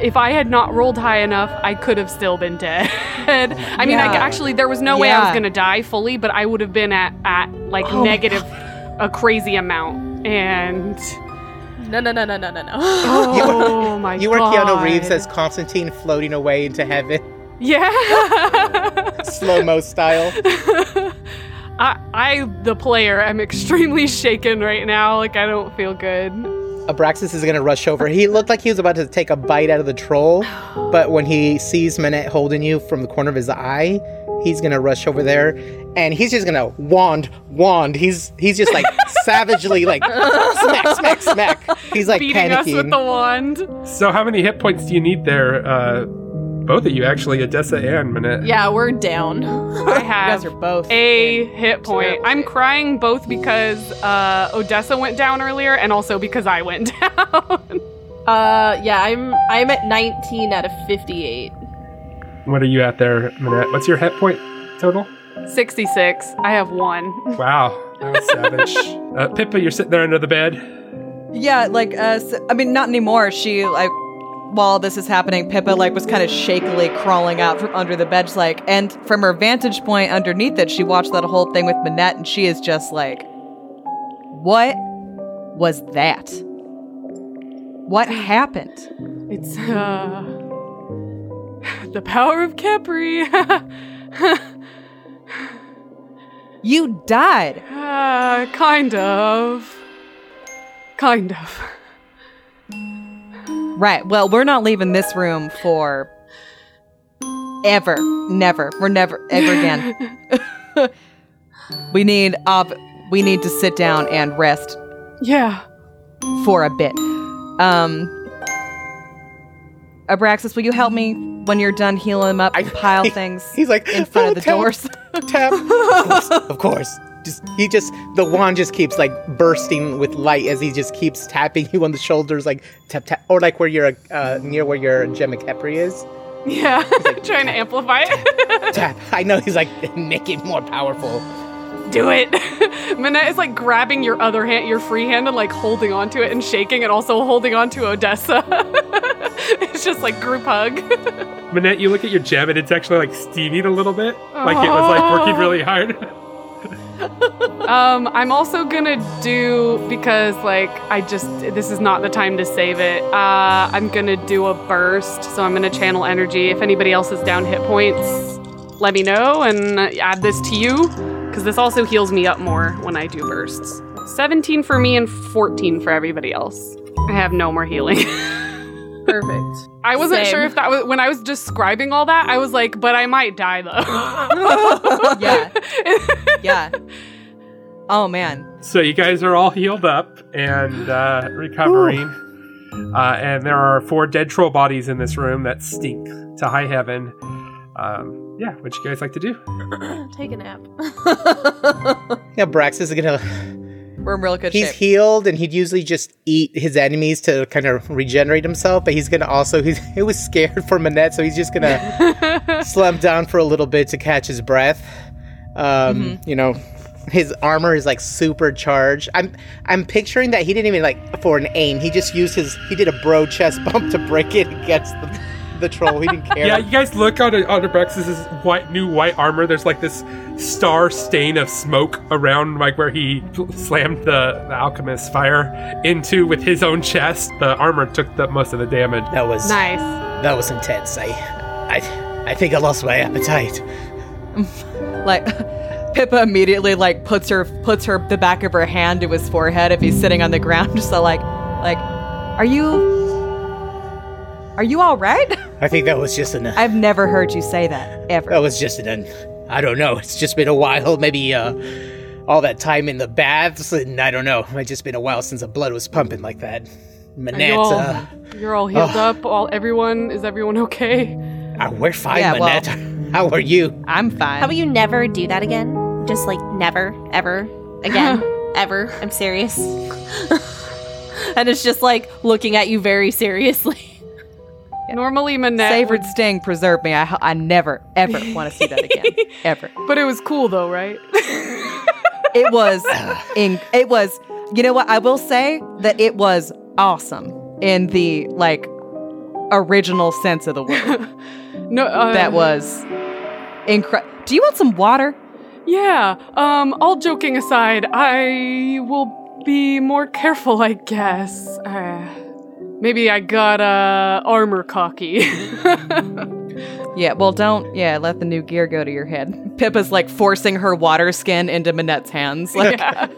[SPEAKER 6] if I had not rolled high enough, I could have still been dead. [laughs] I mean, I,
[SPEAKER 5] Yeah.
[SPEAKER 6] actually, there was no way I was
[SPEAKER 5] Yeah.
[SPEAKER 6] gonna die fully, but I would have been at at like
[SPEAKER 5] Oh my
[SPEAKER 6] negative a crazy amount. And
[SPEAKER 3] [laughs] no, no, no, no, no, no, no.
[SPEAKER 6] oh my
[SPEAKER 4] [gasps]
[SPEAKER 6] god,
[SPEAKER 4] You were Keanu Reeves
[SPEAKER 6] [laughs]
[SPEAKER 4] as Constantine floating away into heaven, [laughs]
[SPEAKER 6] yeah.
[SPEAKER 4] slow mo style.
[SPEAKER 6] [laughs] I, I, the player, am extremely shaken right now. Like I don't feel good.
[SPEAKER 4] Abraxas is gonna rush over. He looked like he was about to take a bite out of the troll, but when he sees Manette holding you from the corner of his eye, he's gonna rush over there, and he's just gonna wand, wand. He's he's just
[SPEAKER 6] [laughs]
[SPEAKER 4] like savagely like smack, smack, smack. He's like
[SPEAKER 6] Beating us with
[SPEAKER 4] panicking.
[SPEAKER 6] the
[SPEAKER 4] [laughs]
[SPEAKER 2] [laughs]
[SPEAKER 6] wand.
[SPEAKER 2] so, how many hit points do you need there? Uh, both of you, actually, Odessa and Manette.
[SPEAKER 3] [gasps] yeah, we're down.
[SPEAKER 6] I
[SPEAKER 5] You guys
[SPEAKER 6] have
[SPEAKER 5] are both.
[SPEAKER 6] a hit point. I'm crying both because uh, Odessa went down earlier and also because I went [laughs] down.
[SPEAKER 3] Uh, yeah, I'm I'm at 19 out of 58.
[SPEAKER 2] What are you at there, Manette? What's your hit point total?
[SPEAKER 6] 66. I have one.
[SPEAKER 2] Wow, that was savage. Uh, Pippa, you're sitting there under the bed.
[SPEAKER 5] Yeah, like uh, s- I mean, not anymore. She like while this is happening, Pippa like was kind of shakily crawling out from under the bed, just like, and from her vantage point underneath it, she watched that whole thing with Minette, and she is just like, "What was that? What happened?"
[SPEAKER 6] It's uh, [sighs] the power of Capri. [laughs] Uh,
[SPEAKER 5] You died.
[SPEAKER 6] uh, kind of. Kind of.
[SPEAKER 5] Right. Well, we're not leaving this room for ever. Never. We're never ever again. we need ob- we need to sit down and rest
[SPEAKER 6] Yeah.
[SPEAKER 5] for a bit. Um Abraxas, will you help me when you're done healing him up? pile
[SPEAKER 4] [laughs]
[SPEAKER 5] things
[SPEAKER 4] He's like
[SPEAKER 5] in front
[SPEAKER 4] "Oh,
[SPEAKER 5] of the
[SPEAKER 4] tap,
[SPEAKER 5] doors. [laughs]
[SPEAKER 4] Tap. Of course, of course. Just he just the wand just keeps like bursting with light as he just keeps tapping you on the shoulders like tap tap or like where your uh, near where your Gemma
[SPEAKER 5] [laughs]
[SPEAKER 4] Kepri is.
[SPEAKER 6] Yeah. [laughs] Trying to amplify it.
[SPEAKER 4] tap. I know he's like, make it more powerful.
[SPEAKER 6] [laughs] Do it. [laughs] Minette is like grabbing your other hand, your free hand, and like holding onto it and shaking and also holding onto Odessa. [laughs] it's just like group hug.
[SPEAKER 2] Manette, you look at your gem and it's actually like steaming a little bit. Like it was like working really hard. [laughs]
[SPEAKER 6] Um, I'm also gonna do because like I just this is not the time to save it. Uh, I'm gonna do a burst, so I'm gonna channel energy. If anybody else is down hit points, let me know and add this to you because this also heals me up more when I do bursts. 17 for me and 14 for everybody else. I have no more healing. [laughs]
[SPEAKER 3] Perfect.
[SPEAKER 6] I wasn't
[SPEAKER 3] Same.
[SPEAKER 6] sure if that was when I was describing all that. I was like, but I
[SPEAKER 5] [laughs]
[SPEAKER 6] might die though.
[SPEAKER 4] [laughs]
[SPEAKER 5] yeah. Yeah. Oh man.
[SPEAKER 2] So you guys are all healed up and uh, recovering. Uh, and there are four dead troll bodies in this room that stink to high heaven. Um, yeah, what you guys like to do?
[SPEAKER 3] Take a nap.
[SPEAKER 4] Yeah, Brax is gonna.
[SPEAKER 5] We're in real good
[SPEAKER 4] He's
[SPEAKER 5] shape.
[SPEAKER 4] healed, and he'd usually just eat his enemies to kind of regenerate himself. But he's gonna also. [laughs] He's, he was scared for Manette, so he's just gonna
[SPEAKER 5] [laughs]
[SPEAKER 4] slump down for a little bit to catch his breath. Um,
[SPEAKER 5] Mm-hmm.
[SPEAKER 4] You know, his armor is like supercharged. I'm I'm picturing that he didn't even like for an aim. He just used his. He did a bro chest bump to break it against the, the troll. He didn't
[SPEAKER 2] [laughs]
[SPEAKER 4] care.
[SPEAKER 2] Yeah, you guys look on on Brex's white new white armor. There's like this star stain of smoke around like where he slammed the, the alchemist's fire into with his own chest. The armor took the most of the damage.
[SPEAKER 4] that was
[SPEAKER 6] [laughs] Nice.
[SPEAKER 4] that was intense. I I I think I lost my appetite.
[SPEAKER 5] like [laughs] Pippa immediately like puts her puts her the back of her hand to his forehead if he's sitting on the ground. [laughs] So like like are you are you all right? [laughs]
[SPEAKER 4] I think that was just an.
[SPEAKER 5] I've never heard you say that ever.
[SPEAKER 4] That was Oh, just an, un- I don't know. It's just been a while. [laughs] Maybe uh, all that time in the baths, and I don't know. It's just been a while since the blood was pumping like that. Manette,
[SPEAKER 6] Y'all-
[SPEAKER 4] uh,
[SPEAKER 6] You're all healed up. All everyone is everyone okay?
[SPEAKER 4] uh, we're fine,
[SPEAKER 5] Yeah, well-
[SPEAKER 4] Manette. [laughs] How are you?
[SPEAKER 5] I'm fine.
[SPEAKER 7] How about you never do that again? Just like never, ever, [laughs] again, ever. I'm serious. and it's just like looking at you very seriously.
[SPEAKER 6] Normally Manette,
[SPEAKER 5] Savored sting preserve me. I, I never ever want to see that again.
[SPEAKER 7] [laughs]
[SPEAKER 5] ever.
[SPEAKER 6] would- but it was cool though, right? [laughs]
[SPEAKER 5] It was in, it was you know what I will say that it was awesome in the like original sense of the word.
[SPEAKER 6] No, uh,
[SPEAKER 7] [laughs]
[SPEAKER 5] that was incredible. Do you want some water?
[SPEAKER 6] Yeah. Um. All joking aside, I will be more careful, I guess. Uh, maybe I got uh armor cocky. [laughs]
[SPEAKER 5] Yeah, well, don't. Yeah, let the new gear go to your head. [laughs] Pippa's like forcing her water skin into Minette's hands. [laughs] Like,
[SPEAKER 6] yeah.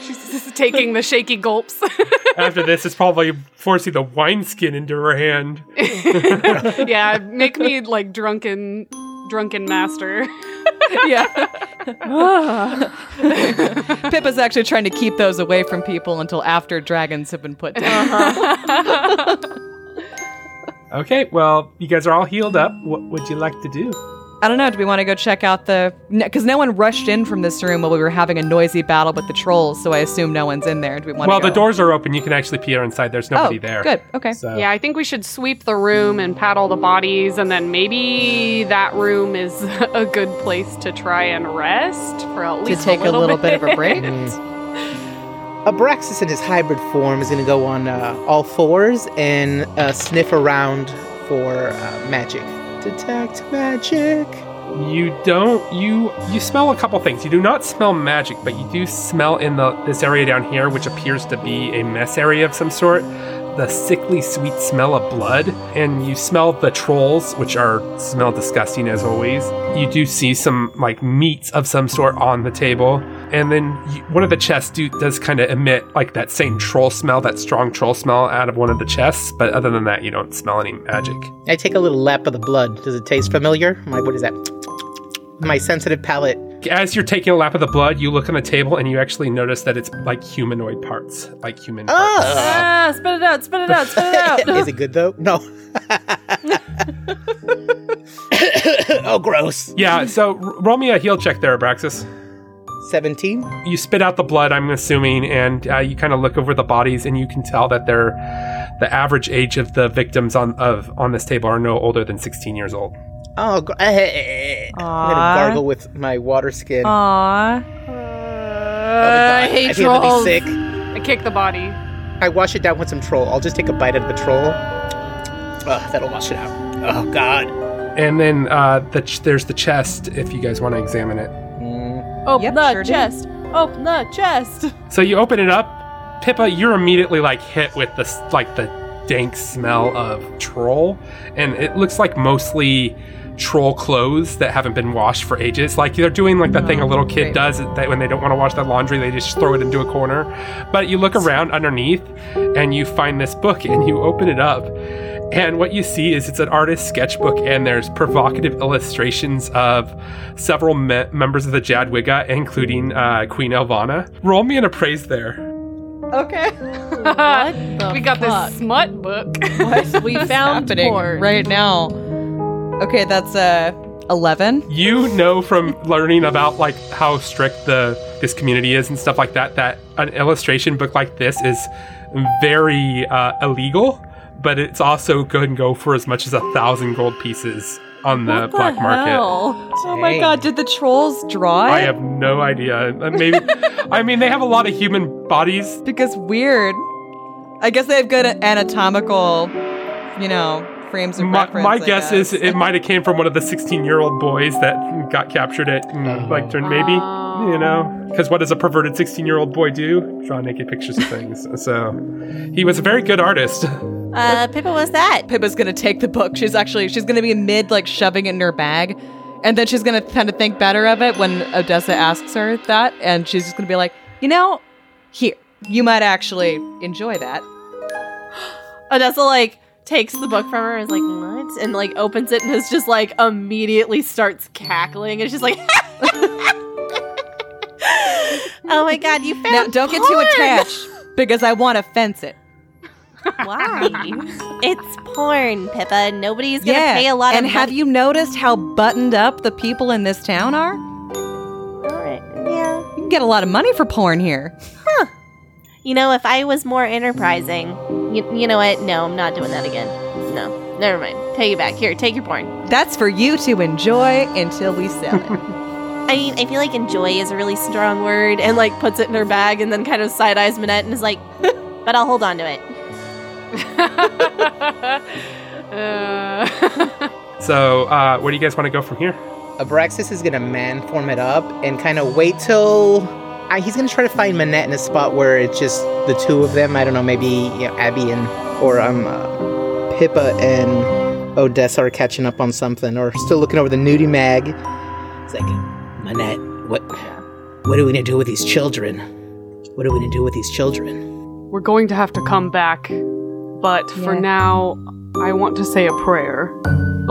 [SPEAKER 6] She's just taking the shaky gulps. [laughs]
[SPEAKER 2] After this, it's probably forcing the wineskin into her hand.
[SPEAKER 6] yeah, make me like drunken, drunken master.
[SPEAKER 5] [laughs] yeah. Pippa's actually trying to keep those away from people until after dragons have been put down.
[SPEAKER 2] Okay, well, you guys are all healed up. What would you like to do?
[SPEAKER 5] I don't know. Do we want to go check out the? Because no one rushed in from this room while we were having a noisy battle with the trolls, so I assume no one's in there. Do we want?
[SPEAKER 2] Well,
[SPEAKER 5] to go?
[SPEAKER 2] the doors are open. You can actually peer inside. There's
[SPEAKER 5] Oh,
[SPEAKER 2] nobody there.
[SPEAKER 5] good. Okay.
[SPEAKER 2] So,
[SPEAKER 6] Yeah, I think we should sweep the room and pat all the bodies, and then maybe that room is [laughs] a good place to try and rest for at
[SPEAKER 5] to
[SPEAKER 6] least
[SPEAKER 5] take a little, bit. of a [laughs] break.
[SPEAKER 4] Abraxas in his hybrid form is going to go on uh, all fours and uh, sniff around for uh, magic. Detect magic.
[SPEAKER 2] You don't you you smell a couple things. You do not smell magic, but you do smell in the this area down here, which appears to be a mess area of some sort, the sickly sweet smell of blood, and you smell the trolls, which are smell disgusting as always. You do see some like meats of some sort on the table, and then you, one of the chests do, does kind of emit like that same troll smell, that strong troll smell out of one of the chests. But other than that, you don't smell any magic.
[SPEAKER 4] I take a little lap of the blood. Does it taste familiar? I'm like, what is that? My sensitive palate
[SPEAKER 2] As you're taking a lap of the blood, you look on the table and you actually notice that it's like humanoid parts, like human parts.
[SPEAKER 3] ah, spit it out, spit it out, spit it out.
[SPEAKER 4] [laughs] Is it good though? No. oh, gross.
[SPEAKER 2] Yeah, so r- roll me a heal check there, Abraxas.
[SPEAKER 4] 17?
[SPEAKER 2] You spit out the blood, I'm assuming, and uh, you kind of look over the bodies and you can tell that they're the average age of the victims on of on this table are no older than 16 years old.
[SPEAKER 4] Oh, gr- eh. I'm gonna
[SPEAKER 5] Aw.
[SPEAKER 4] gargle with my water skin. Oh,
[SPEAKER 5] Aww.
[SPEAKER 4] my God.
[SPEAKER 3] hate
[SPEAKER 4] I feel really
[SPEAKER 3] trolls.
[SPEAKER 4] sick.
[SPEAKER 6] I [laughs] kick the body.
[SPEAKER 4] I wash it down with some troll. I'll just take a bite of the troll. Ugh, that'll wash it out. Oh, God.
[SPEAKER 2] And then uh, the ch- there's the chest if you guys want to examine it.
[SPEAKER 4] Mm.
[SPEAKER 3] Open
[SPEAKER 5] Yep,
[SPEAKER 3] the
[SPEAKER 5] sure do.
[SPEAKER 3] chest. Open the chest.
[SPEAKER 2] So you open it up, Pippa. You're immediately like hit with this, like the dank smell of troll, and it looks like mostly troll clothes that haven't been washed for ages. Like they're doing like the thing a little kid
[SPEAKER 5] great.
[SPEAKER 2] does that when they don't want to wash their laundry, they just throw it into a corner. But you look around underneath, and you find this book, and you open it up, And what you see is it's an artist's sketchbook, and there's provocative illustrations of several me- members of the Jadwiga, including uh, Queen Elvana. Roll me an appraise there.
[SPEAKER 5] Okay.
[SPEAKER 6] [laughs] we got this smut book. [laughs]
[SPEAKER 3] We found porn.
[SPEAKER 5] right now. Okay, that's uh, 11.
[SPEAKER 2] You know from learning about like how strict the this community is and stuff like that that an illustration book like this is very uh, illegal, but it's also good and go for as much as a thousand gold pieces on the black market.
[SPEAKER 5] Oh my
[SPEAKER 4] Dang.
[SPEAKER 5] god, did the trolls draw it?
[SPEAKER 2] I have no idea. Uh, Maybe I mean they have a lot of human bodies.
[SPEAKER 5] because weird. I guess they have good anatomical, you know, frames of [laughs]
[SPEAKER 2] My,
[SPEAKER 5] reference.
[SPEAKER 2] my
[SPEAKER 5] I
[SPEAKER 2] guess, is it might have came from one of the 16 year old boys that got captured at and, like turned maybe you know because what does a perverted 16 year old boy do? Draw naked pictures of things. So he was a very good artist.
[SPEAKER 7] Uh, Pippa, was that?
[SPEAKER 5] Pippa's gonna take the book. She's actually she's gonna be mid like shoving it in her bag, and then she's gonna kind of think better of it when Odessa asks her that, and she's just gonna be like, you know, here you might actually enjoy that.
[SPEAKER 3] Odessa like
[SPEAKER 7] Takes the book from her and is like, what? And like opens it and is just like immediately starts cackling. It's just like, [laughs] oh my god, you found
[SPEAKER 5] Now don't get too
[SPEAKER 7] porn! [laughs]
[SPEAKER 5] attached because I want to fence it.
[SPEAKER 7] Why? it's porn, Pippa. Nobody's gonna pay a lot
[SPEAKER 5] and
[SPEAKER 7] of
[SPEAKER 5] have
[SPEAKER 7] money
[SPEAKER 5] you noticed how buttoned up the people in this town are?
[SPEAKER 7] for it. Yeah.
[SPEAKER 5] You can get a lot of money for porn here.
[SPEAKER 7] You know, if I was more enterprising, you, you know what? No, I'm not doing that again. No, never mind. Pay you back. Here, take your porn.
[SPEAKER 5] That's for you to enjoy until we sell
[SPEAKER 7] [laughs]
[SPEAKER 5] it.
[SPEAKER 7] I mean, I feel like enjoy is a really strong word and like puts it in her bag and then kind of side eyes Minette and is like, [laughs] but I'll hold on to it.
[SPEAKER 6] Uh,
[SPEAKER 2] So uh, where do you guys want to go from here?
[SPEAKER 4] Abraxas is gonna man form it up and kind of wait till I, he's gonna try to find Manette in a spot where it's just the two of them. I don't know, maybe you know, Abby and or um uh, Pippa and Odessa are catching up on something or still looking over the nudie mag. It's like Manette, what what are we gonna do with these children? What are we gonna do with these children?
[SPEAKER 6] we're going to have to come back, but for
[SPEAKER 5] Yeah.
[SPEAKER 6] now, I want to say a prayer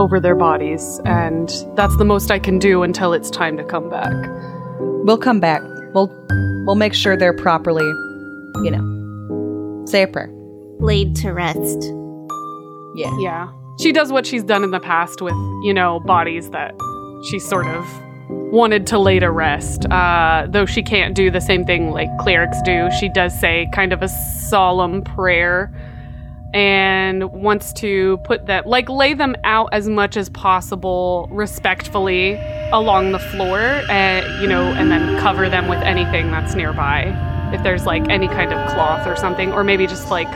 [SPEAKER 6] over their bodies, and that's the most I can do until it's time to come back.
[SPEAKER 5] We'll come back. We'll we'll make sure they're properly, you know. Say a prayer.
[SPEAKER 7] Laid to rest.
[SPEAKER 5] Yeah.
[SPEAKER 6] Yeah. She does what she's done in the past with, you know, bodies that she sort of wanted to lay to rest. Uh, though she can't do the same thing like clerics do, she does say kind of a solemn prayer and wants to put them, like, lay them out as much as possible respectfully along the floor, uh, you know, and then cover them with anything that's nearby. If there's like any kind of cloth or something, or maybe just like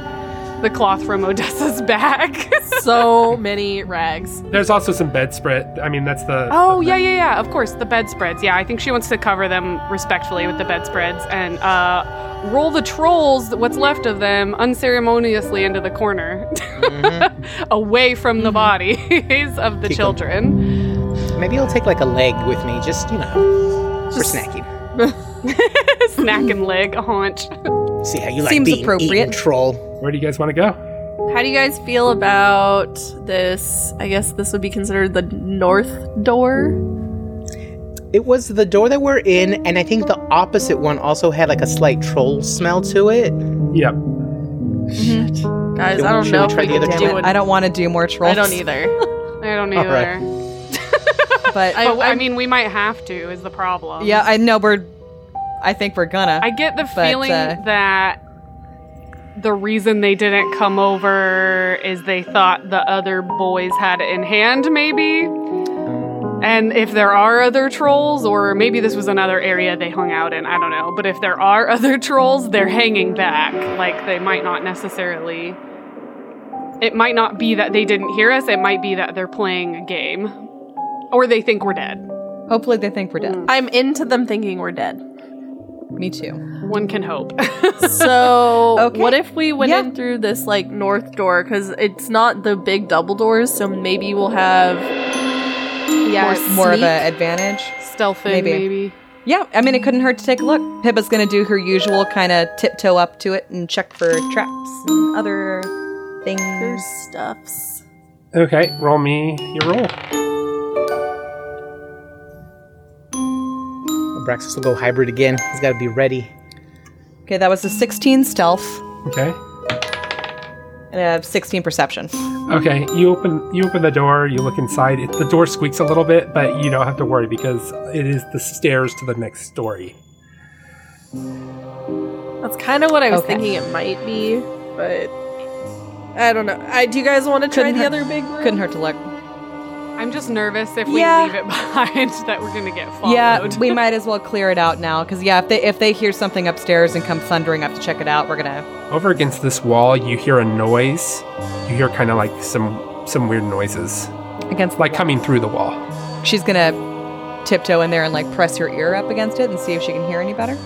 [SPEAKER 6] the cloth from Odessa's [laughs] bag.
[SPEAKER 3] so many rags.
[SPEAKER 2] There's also some bedspread. I mean that's the
[SPEAKER 6] Oh yeah, yeah, yeah. Of course, the bedspreads. Yeah, I think she wants to cover them respectfully with the bedspreads and uh, roll the trolls, what's left of them, unceremoniously into the corner, [laughs] away from the bodies of the
[SPEAKER 4] Keep 'em.
[SPEAKER 6] children. [laughs]
[SPEAKER 4] Maybe I'll take like a leg with me, just you know, for snacking.
[SPEAKER 6] Snack and leg, a haunch.
[SPEAKER 4] See how you like
[SPEAKER 5] Seems
[SPEAKER 4] being
[SPEAKER 5] appropriate.
[SPEAKER 4] eaten, troll.
[SPEAKER 2] Where do you guys want to go?
[SPEAKER 3] How do you guys feel about this? I guess this would be considered the north door.
[SPEAKER 4] It was the door that we're in, and I think the opposite one also had like a slight troll smell to it.
[SPEAKER 2] Yep.
[SPEAKER 3] Guys,
[SPEAKER 4] Should we-
[SPEAKER 3] I don't
[SPEAKER 4] should
[SPEAKER 3] know
[SPEAKER 4] we
[SPEAKER 3] if
[SPEAKER 4] try
[SPEAKER 3] we
[SPEAKER 4] the
[SPEAKER 3] can
[SPEAKER 4] other
[SPEAKER 3] do
[SPEAKER 4] two?
[SPEAKER 3] it.
[SPEAKER 5] I don't want to do more trolls.
[SPEAKER 3] I
[SPEAKER 5] [laughs]
[SPEAKER 3] don't either.
[SPEAKER 6] I don't
[SPEAKER 4] All
[SPEAKER 6] either.
[SPEAKER 4] right.
[SPEAKER 5] But
[SPEAKER 3] [laughs] I-
[SPEAKER 6] But I,
[SPEAKER 3] I'm-
[SPEAKER 6] mean, we might have to. Is the problem?
[SPEAKER 5] yeah, I know we're. I think we're gonna.
[SPEAKER 6] I get the
[SPEAKER 5] But,
[SPEAKER 6] feeling
[SPEAKER 5] uh,
[SPEAKER 6] that the reason they didn't come over is they thought the other boys had it in hand, maybe. And if there are other trolls, or maybe this was another area they hung out in, I don't know. But if there are [laughs] other trolls, they're hanging back. Like, they might not necessarily. It might not be that they didn't hear us, it might be that they're playing a game. Or they think we're dead.
[SPEAKER 5] Hopefully they think we're dead.
[SPEAKER 3] I'm into them thinking we're dead.
[SPEAKER 5] [laughs] Me too.
[SPEAKER 6] One can hope. [laughs]
[SPEAKER 3] So,
[SPEAKER 5] Okay.
[SPEAKER 3] what if we went
[SPEAKER 5] Yeah.
[SPEAKER 3] in through this like north door? Because it's not the big double doors, so maybe we'll have
[SPEAKER 6] yeah,
[SPEAKER 5] More of an advantage.
[SPEAKER 6] stealthing,
[SPEAKER 5] maybe.
[SPEAKER 6] maybe.
[SPEAKER 5] Yeah, I mean it couldn't hurt to take a look. Pippa's gonna do her usual kind of tiptoe up to it and check for traps and other things.
[SPEAKER 3] stuffs.
[SPEAKER 2] Okay, roll me your roll.
[SPEAKER 4] Abraxas will go hybrid again. He's got to be ready.
[SPEAKER 5] Okay, that was a 16 stealth
[SPEAKER 2] Okay.
[SPEAKER 5] and a 16 perception.
[SPEAKER 2] Okay, you open you open the door. You look inside. It, the door squeaks a little bit, but you don't have to worry because it is the stairs to the next story.
[SPEAKER 3] That's kind of what I was
[SPEAKER 5] Okay.
[SPEAKER 3] thinking it might be, but I don't know. I do you guys want to try
[SPEAKER 5] Couldn't
[SPEAKER 3] the
[SPEAKER 5] hurt-
[SPEAKER 3] other big room?
[SPEAKER 5] Couldn't hurt to look.
[SPEAKER 6] I'm just nervous if we
[SPEAKER 5] Yeah.
[SPEAKER 6] leave it [laughs] behind that we're gonna get followed.
[SPEAKER 5] Yeah, we might as well clear it out now because yeah, if they if they hear something upstairs and come thundering up to check it out, we're gonna.
[SPEAKER 2] Over against this wall, you hear a noise. You hear kind of like some some weird noises,
[SPEAKER 5] Against
[SPEAKER 2] like coming through the wall.
[SPEAKER 5] She's gonna tiptoe in there and like press her ear up against it and see if she can hear any better.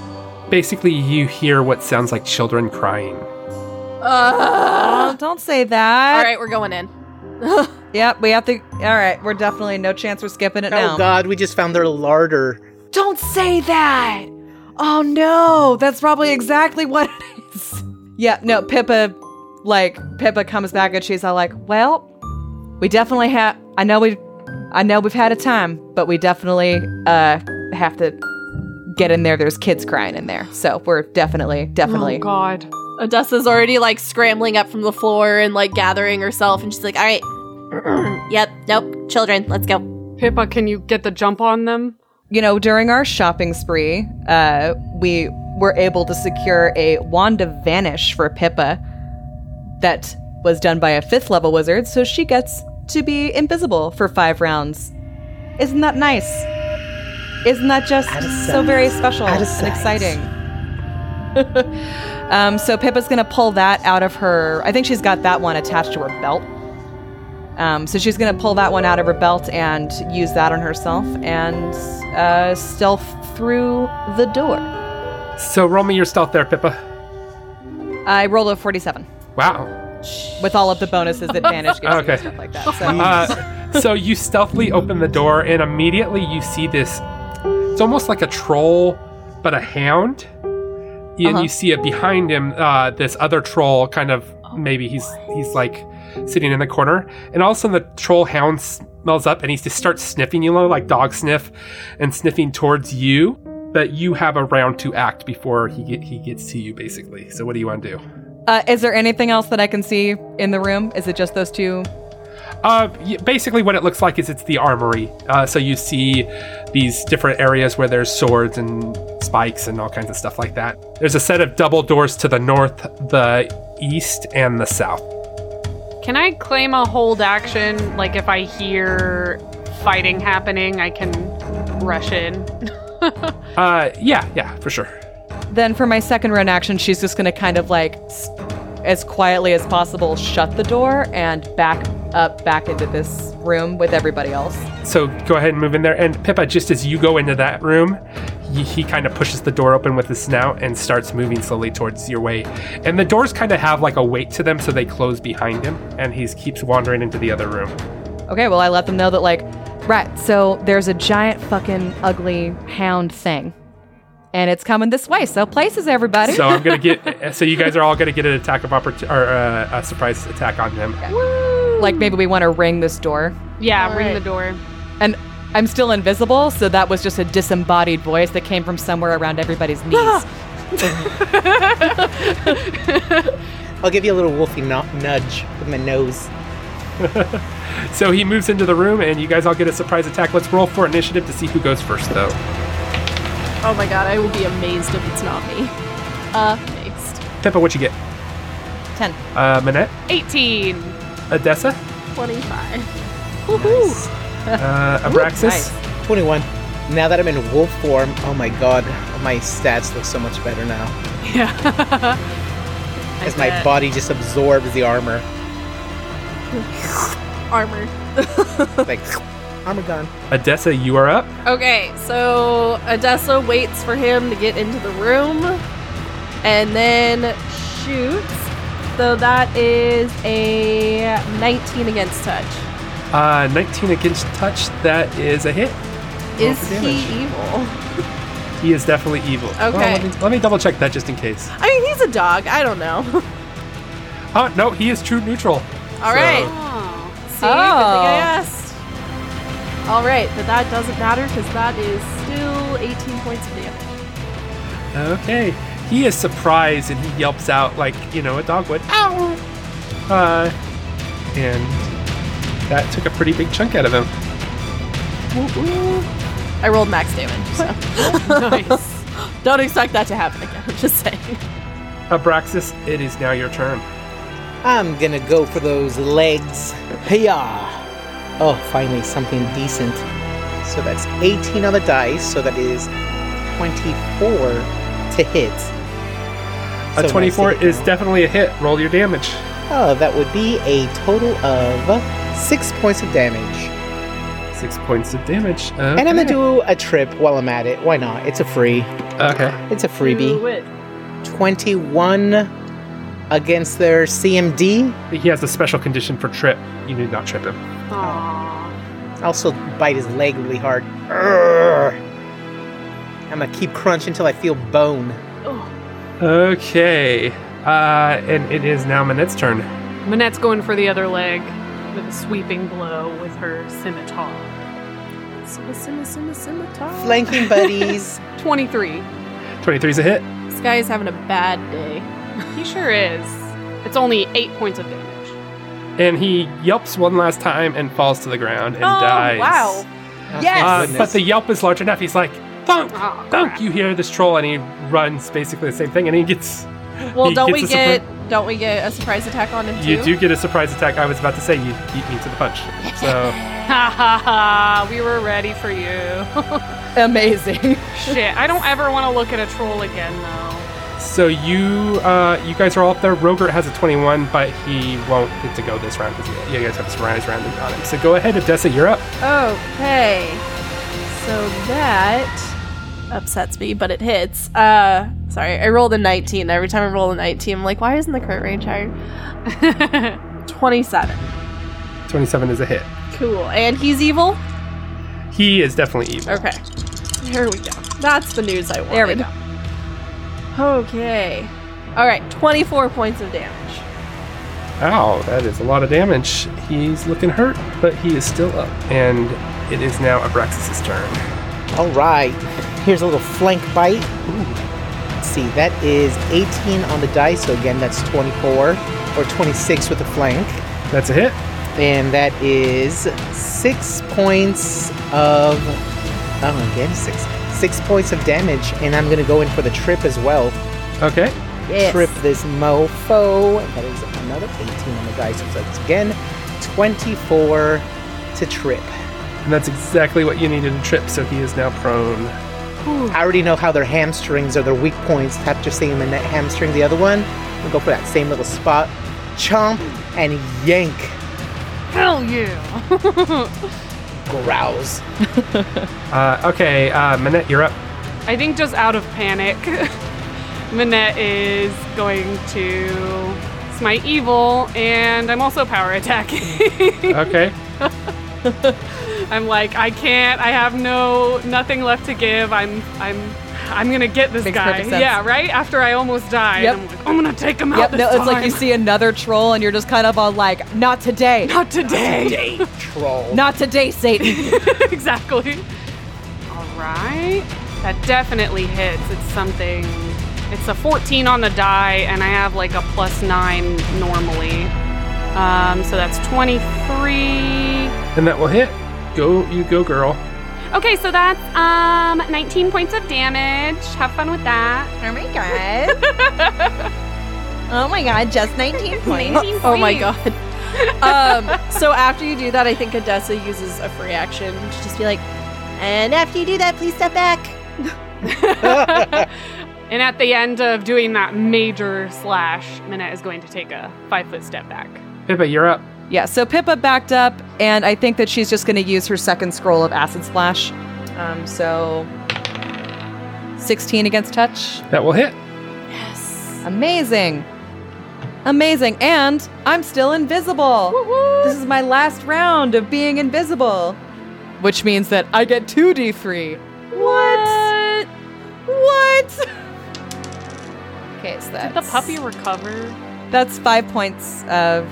[SPEAKER 2] Basically, you hear what sounds like children crying.
[SPEAKER 5] Oh, don't say that.
[SPEAKER 3] All right, we're going in.
[SPEAKER 5] Yep, we have to. All right, we're definitely no chance we're skipping it now.
[SPEAKER 4] Oh God, we just found their larder.
[SPEAKER 5] Don't say that. Oh no, that's probably exactly what it is. Yeah, no, Pippa, like Pippa comes back and she's all like, "Well, we definitely have. I know we, I know we've had a time, but we definitely uh have to get in there. There's kids crying in there, so we're definitely,
[SPEAKER 6] Oh
[SPEAKER 5] definitely.
[SPEAKER 6] God.
[SPEAKER 3] Odessa's already like scrambling up from the floor and like gathering herself, and she's like, "All right, [clears throat]
[SPEAKER 7] Yep. Nope. Children, let's go.
[SPEAKER 6] Pippa, can you get the jump on them?
[SPEAKER 5] you know, during our shopping spree, uh, we were able to secure a wand of vanish for Pippa that was done by a fifth level wizard, so she gets to be invisible for five rounds. Isn't that nice? Isn't that just so very special
[SPEAKER 4] Out
[SPEAKER 5] and
[SPEAKER 4] of sight.
[SPEAKER 5] exciting? [laughs] um, so Pippa's gonna pull that out of her. I think she's got that one attached to her belt. Um, so she's going to pull that one out of her belt and use that on herself and uh, stealth through the door.
[SPEAKER 2] So roll me your stealth there, Pippa.
[SPEAKER 5] I rolled a 47
[SPEAKER 2] Wow.
[SPEAKER 5] with all of the bonuses that Vanish gives you
[SPEAKER 2] Okay.
[SPEAKER 5] and stuff like that. So.
[SPEAKER 2] Uh, so you stealthily open the door, and immediately you see this. It's almost like a troll, but a hound. And you see it behind him. Uh, this other troll, kind of maybe he's he's like sitting in the corner, and all of a sudden the troll hound smells up, and he just starts sniffing, you know, like dog sniff, and sniffing towards you. But you have a round to act before he get, he gets to you, basically. So what do you want to do?
[SPEAKER 5] Uh, is there anything else that I can see in the room? Is it just those two?
[SPEAKER 2] Uh, y- basically, what it looks like is it's the armory. Uh, so you see these different areas where there's swords and spikes and all kinds of stuff like that. There's a set of double doors to the north, the east, and the south.
[SPEAKER 6] Can I claim a hold action? Like if I hear fighting happening, I can rush in. [laughs]
[SPEAKER 2] Uh, yeah, yeah, for sure.
[SPEAKER 5] Then for my second run action, she's just going to kind of like, s- as quietly as possible, shut the door and back up back into this room with everybody else.
[SPEAKER 2] So go ahead and move in there. And Pippa, just as you go into that room, he, he kind of pushes the door open with his snout and starts moving slowly towards your way. And the doors kind of have like a weight to them, so they close behind him, and he keeps wandering into the other room.
[SPEAKER 5] Okay, well, I let them know that, like, right, so there's a giant fucking ugly hound thing. And it's coming this way, so places, everybody.
[SPEAKER 2] So I'm gonna
[SPEAKER 3] [laughs]
[SPEAKER 2] get. so you guys are all gonna get an attack of opportunity or uh, a surprise attack on him.
[SPEAKER 5] like, maybe we want to ring this door.
[SPEAKER 6] Yeah,
[SPEAKER 3] All
[SPEAKER 6] ring
[SPEAKER 3] right.
[SPEAKER 6] the door.
[SPEAKER 5] And I'm still invisible, so that was just a disembodied voice that came from somewhere around everybody's knees.
[SPEAKER 4] I'll give you a little wolfy nu- nudge with my nose.
[SPEAKER 2] So he moves into the room, and you guys all get a surprise attack. Let's roll for initiative to see who goes first, though.
[SPEAKER 3] "Oh my god, I will be amazed if it's not me." Amazed.
[SPEAKER 2] Pippa, what you get?
[SPEAKER 5] 10.
[SPEAKER 2] Uh, Manette,
[SPEAKER 6] 18.
[SPEAKER 3] [laughs]
[SPEAKER 2] Odessa,
[SPEAKER 3] Twenty-five.
[SPEAKER 2] uh, Abraxas.
[SPEAKER 5] nice.
[SPEAKER 4] 21. Now that I'm in wolf form, oh my god, my stats look so much better now. Yeah. As my body just absorbs the armor.
[SPEAKER 3] Armor.
[SPEAKER 4] Like, [laughs] armor gone.
[SPEAKER 2] Odessa, you are up.
[SPEAKER 3] Okay, so Odessa waits for him to get into the room and then shoots. So that is a 19 against touch.
[SPEAKER 2] Uh, 19 against touch. That is a hit.
[SPEAKER 3] Is
[SPEAKER 2] for damage.
[SPEAKER 3] he evil?
[SPEAKER 2] He is definitely evil. Well,
[SPEAKER 3] Okay.
[SPEAKER 2] let, me, let me double check that just in case.
[SPEAKER 3] I mean, he's a dog. I don't know.
[SPEAKER 2] Huh? Uh, No, he is true neutral.
[SPEAKER 3] [laughs] All right.
[SPEAKER 6] Oh.
[SPEAKER 3] See, good thing I asked. All right, but that doesn't matter because that is still 18 points for the effort.
[SPEAKER 2] Okay. He is surprised and he yelps out like, you know, a dog would. Ow! Uh, and that took a pretty big chunk out of him.
[SPEAKER 3] I rolled max
[SPEAKER 2] [laughs]
[SPEAKER 3] damage, so don't expect that to happen again. I'm just saying.
[SPEAKER 2] Abraxas, it is now your turn.
[SPEAKER 4] I'm gonna go for those legs. Hiya! Oh, finally something decent. So that's 18 on the dice, so that is 24 to hit. So
[SPEAKER 2] a
[SPEAKER 4] nice
[SPEAKER 2] 24
[SPEAKER 4] hit.
[SPEAKER 2] is definitely a hit. Roll your damage.
[SPEAKER 4] Oh, that would be a total of six points of damage.
[SPEAKER 2] Six points of damage.
[SPEAKER 4] And I'm gonna do a trip while I'm at it. Why not? It's a free.
[SPEAKER 2] Okay.
[SPEAKER 4] It's a freebie. 21 against their CMD.
[SPEAKER 2] He has a special condition for trip. You need not trip him.
[SPEAKER 4] Also bite his leg really hard. Urgh. I'm gonna keep crunching until I feel bone.
[SPEAKER 2] Okay. Uh, and it is now Manette's turn.
[SPEAKER 6] Manette's going for the other leg with a sweeping blow with her scimitar.
[SPEAKER 4] Flanking [laughs] buddies.
[SPEAKER 6] 23.
[SPEAKER 2] 23 is a hit.
[SPEAKER 3] This guy is having a bad day.
[SPEAKER 6] He sure is. It's only eight points of damage.
[SPEAKER 2] And he yelps one last time and falls to the ground
[SPEAKER 3] Oh,
[SPEAKER 2] and dies.
[SPEAKER 6] wow.
[SPEAKER 4] yes.
[SPEAKER 2] Uh, but the yelp is large enough. He's like, thunk,
[SPEAKER 6] Oh,
[SPEAKER 2] thunk.
[SPEAKER 6] crap.
[SPEAKER 2] You hear this troll, and he runs basically the same thing, and he gets.
[SPEAKER 3] Well,
[SPEAKER 2] he
[SPEAKER 3] don't
[SPEAKER 2] gets
[SPEAKER 3] we
[SPEAKER 2] a surpri-
[SPEAKER 3] get don't we get a surprise attack on him too?
[SPEAKER 2] You do get a surprise attack. I was about to say you beat me to the
[SPEAKER 3] [laughs]
[SPEAKER 2] punch. So
[SPEAKER 6] Ha ha ha. We were ready for you. [laughs]
[SPEAKER 5] Amazing.
[SPEAKER 6] Shit. I don't ever want to look at a troll again, though.
[SPEAKER 2] So you uh, you guys are all up there. Rogert has a 21, but he won't get to go this round because you guys have to surprise round on him. So go ahead, Odessa, you're up.
[SPEAKER 3] Okay. So that upsets me, but it hits. Uh sorry, I rolled a 19. Every time I roll a 19, I'm like, why isn't the crit range higher? [laughs] 27.
[SPEAKER 2] 27 is a hit.
[SPEAKER 3] Cool. And he's evil?
[SPEAKER 2] He is definitely evil.
[SPEAKER 3] Okay. There we go. That's the news I want.
[SPEAKER 5] There we go.
[SPEAKER 3] Okay. All right, 24 points of damage.
[SPEAKER 2] Ow, that is a lot of damage. He's looking hurt, but he is still up. And it is now Abraxas' turn.
[SPEAKER 4] All right. Here's a little flank bite. Let's see, that is 18 on the dice. So again, that's 24 or 26 with the flank.
[SPEAKER 2] That's a hit.
[SPEAKER 4] And that is six points of. Oh, again, six. Six points of damage. And I'm going to go in for the trip as well.
[SPEAKER 2] Okay.
[SPEAKER 4] Trip this mofo. That is another 18 on the dice. So that's again 24 to trip.
[SPEAKER 2] And that's exactly what you needed to trip, so he is now prone.
[SPEAKER 4] I already know how their hamstrings are their weak points. After seeing the net hamstring, the other one, we'll go for that same little spot. Chomp and yank.
[SPEAKER 6] Hell yeah.
[SPEAKER 4] Growls.
[SPEAKER 2] Uh, okay, uh, Manette, you're [laughs] up.
[SPEAKER 6] I think just out of panic, [laughs] Minette is going to smite evil, and I'm also power attacking. [laughs]
[SPEAKER 2] Okay.
[SPEAKER 6] I'm like, I can't. I have no nothing left to give. I'm I'm I'm gonna get this
[SPEAKER 5] Makes
[SPEAKER 6] guy.
[SPEAKER 5] perfect sense.
[SPEAKER 6] Yeah, right after I almost died,
[SPEAKER 5] Yep.
[SPEAKER 6] I'm like, I'm gonna take him out.
[SPEAKER 5] Yep.
[SPEAKER 6] This
[SPEAKER 5] No, it's like you
[SPEAKER 6] time."
[SPEAKER 5] see another troll and you're just kind of all like, not today.
[SPEAKER 6] Not today.
[SPEAKER 5] [laughs]
[SPEAKER 4] Troll.
[SPEAKER 5] Not today,
[SPEAKER 6] [laughs]
[SPEAKER 5] Satan.
[SPEAKER 6] exactly. All right. That definitely hits. It's something. It's a 14 on the die, and I have like a plus nine normally. Um, so that's 23.
[SPEAKER 2] And that will hit. Go, you go, girl.
[SPEAKER 6] Okay, so that's um 19 points of damage. Have fun with that.
[SPEAKER 7] Oh my
[SPEAKER 3] [laughs]
[SPEAKER 7] god. oh my god, just
[SPEAKER 3] [laughs]
[SPEAKER 7] 19 points.
[SPEAKER 6] 19
[SPEAKER 3] Oh my
[SPEAKER 6] points.
[SPEAKER 3] god.
[SPEAKER 2] [laughs]
[SPEAKER 3] um, so after you do that, I think Odessa uses a free action to just be like,
[SPEAKER 7] And after you do that, please step back.
[SPEAKER 6] And at the end of doing that major slash, Minette is going to take a five foot step back.
[SPEAKER 2] Pippa, you're up.
[SPEAKER 5] yeah. So Pippa backed up, and I think that she's just going to use her second scroll of acid splash. Um. So. 16 against touch.
[SPEAKER 2] That will hit.
[SPEAKER 5] Amazing. Amazing. And I'm still invisible. This is my last round of being invisible. Which means that I get 2d3. What?
[SPEAKER 6] [laughs]
[SPEAKER 5] What? okay, so that's.
[SPEAKER 6] Did the puppy recover?
[SPEAKER 5] That's five points of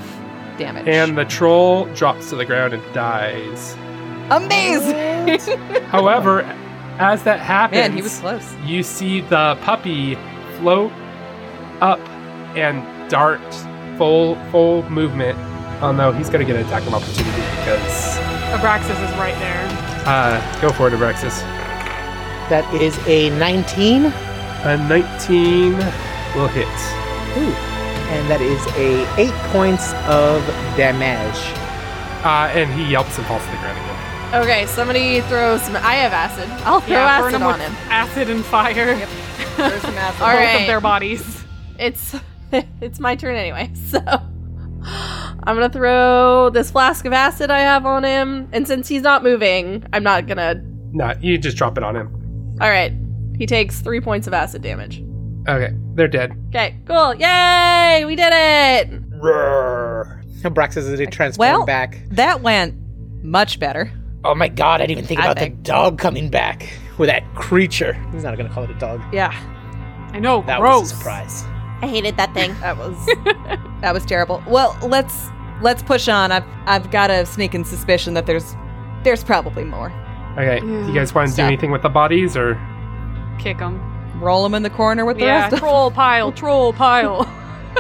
[SPEAKER 5] damage.
[SPEAKER 2] And the troll drops to the ground and dies.
[SPEAKER 5] Amazing!
[SPEAKER 2] However, as that happens,
[SPEAKER 5] Man, he was close.
[SPEAKER 2] you see the puppy float up and dart full full movement. Oh no, he's gonna get an attack of opportunity because
[SPEAKER 6] Abraxas is right there.
[SPEAKER 2] uh, go for it, Abraxas.
[SPEAKER 4] That is a 19, and
[SPEAKER 2] A 19 will hit.
[SPEAKER 4] that is a 8 points of damage.
[SPEAKER 2] Uh, and he yelps and falls to the ground again.
[SPEAKER 3] Okay, somebody throw some. I have acid. I'll throw
[SPEAKER 6] yeah, burn
[SPEAKER 3] acid
[SPEAKER 6] him
[SPEAKER 3] on
[SPEAKER 6] with
[SPEAKER 3] him.
[SPEAKER 6] acid and fire.
[SPEAKER 5] There's some acid.
[SPEAKER 3] All
[SPEAKER 6] Both
[SPEAKER 3] right.
[SPEAKER 6] of their bodies.
[SPEAKER 3] It's [laughs] it's my turn anyway, [laughs] so I'm gonna throw this flask of acid I have on him, and since he's not moving, I'm not gonna.
[SPEAKER 2] Nah, you just drop it on him.
[SPEAKER 3] All right, he takes three points of acid damage.
[SPEAKER 2] Okay, they're dead.
[SPEAKER 3] Okay, cool, yay, we did it.
[SPEAKER 2] Roar.
[SPEAKER 4] Abraxas is a transform
[SPEAKER 5] Well-
[SPEAKER 4] back.
[SPEAKER 5] That went much better.
[SPEAKER 4] Oh my god, I didn't even think
[SPEAKER 5] I
[SPEAKER 4] about
[SPEAKER 5] think-
[SPEAKER 4] the dog coming back with that creature. He's not gonna call it a dog.
[SPEAKER 5] Yeah,
[SPEAKER 6] I know.
[SPEAKER 4] That
[SPEAKER 6] gross.
[SPEAKER 4] was a surprise.
[SPEAKER 7] I hated that thing.
[SPEAKER 5] that was that was terrible. Well, let's let's push on. I've I've got a sneaking suspicion that there's there's probably more.
[SPEAKER 2] Okay, you guys want to do
[SPEAKER 5] Stop.
[SPEAKER 2] anything with the bodies or?
[SPEAKER 6] Kick them.
[SPEAKER 5] Roll them in the corner with the
[SPEAKER 6] Yeah.
[SPEAKER 5] rest. Of- [laughs]
[SPEAKER 6] troll pile. Troll pile.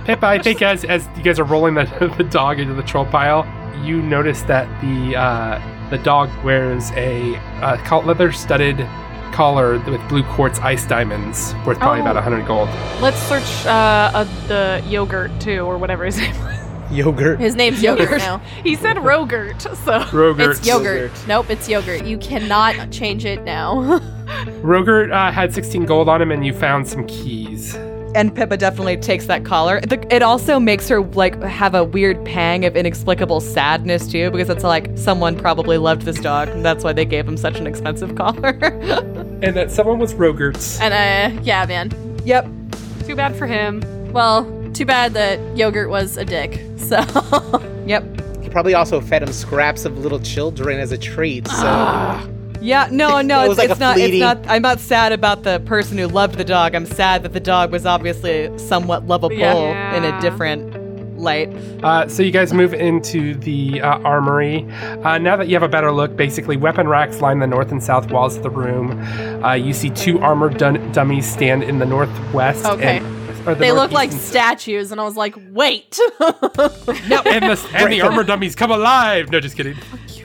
[SPEAKER 2] Pippa, I think as as you guys are rolling the, [laughs] the dog into the troll pile, you notice that the uh, the dog wears a uh, col- leather studded collar with blue quartz ice diamonds worth probably
[SPEAKER 6] Oh.
[SPEAKER 2] about 100 gold.
[SPEAKER 6] Let's search uh, uh, the yogurt too, or whatever his [laughs] name. was.
[SPEAKER 4] Yogurt.
[SPEAKER 3] His
[SPEAKER 7] [laughs]
[SPEAKER 3] name's yogurt now.
[SPEAKER 6] He said rogurt, so [laughs]
[SPEAKER 2] Rogert.
[SPEAKER 3] It's yogurt.
[SPEAKER 4] Yogurt.
[SPEAKER 3] Nope, it's yogurt. You cannot change it now. [laughs]
[SPEAKER 2] Rogert uh, had 16 gold on him, and you found some keys.
[SPEAKER 5] [laughs] and Pippa definitely takes that collar. The, it also makes her like have a weird pang of inexplicable sadness too, because it's like someone probably loved this dog, and that's why they gave him such an expensive [laughs] collar.
[SPEAKER 2] And that someone was Rogert's.
[SPEAKER 3] and uh, yeah, man.
[SPEAKER 5] yep.
[SPEAKER 6] too bad for him.
[SPEAKER 3] Well, too bad that yogurt was a dick. [laughs]
[SPEAKER 7] [laughs]
[SPEAKER 3] So
[SPEAKER 5] Yep.
[SPEAKER 4] He probably also fed him scraps of little children as a treat, so
[SPEAKER 5] Yeah, no, no,
[SPEAKER 4] It
[SPEAKER 5] it's,
[SPEAKER 4] was like
[SPEAKER 5] it's
[SPEAKER 4] a
[SPEAKER 5] not. It's
[SPEAKER 4] fleeting-
[SPEAKER 5] not. I'm not sad about the person who loved the dog. I'm sad that the dog was obviously somewhat lovable
[SPEAKER 6] Yeah.
[SPEAKER 5] in a different light.
[SPEAKER 2] Uh, so you guys move into the uh, armory. Uh, now that you have a better look, basically weapon racks line the north and south walls of the room. Uh, you see two armored dun- dummies stand in the northwest.
[SPEAKER 3] Okay.
[SPEAKER 2] and- or the
[SPEAKER 3] they look like
[SPEAKER 2] northeast
[SPEAKER 3] statues, and I was like, wait. [laughs]
[SPEAKER 2] and, and the and the armor dummies come alive. No, just kidding.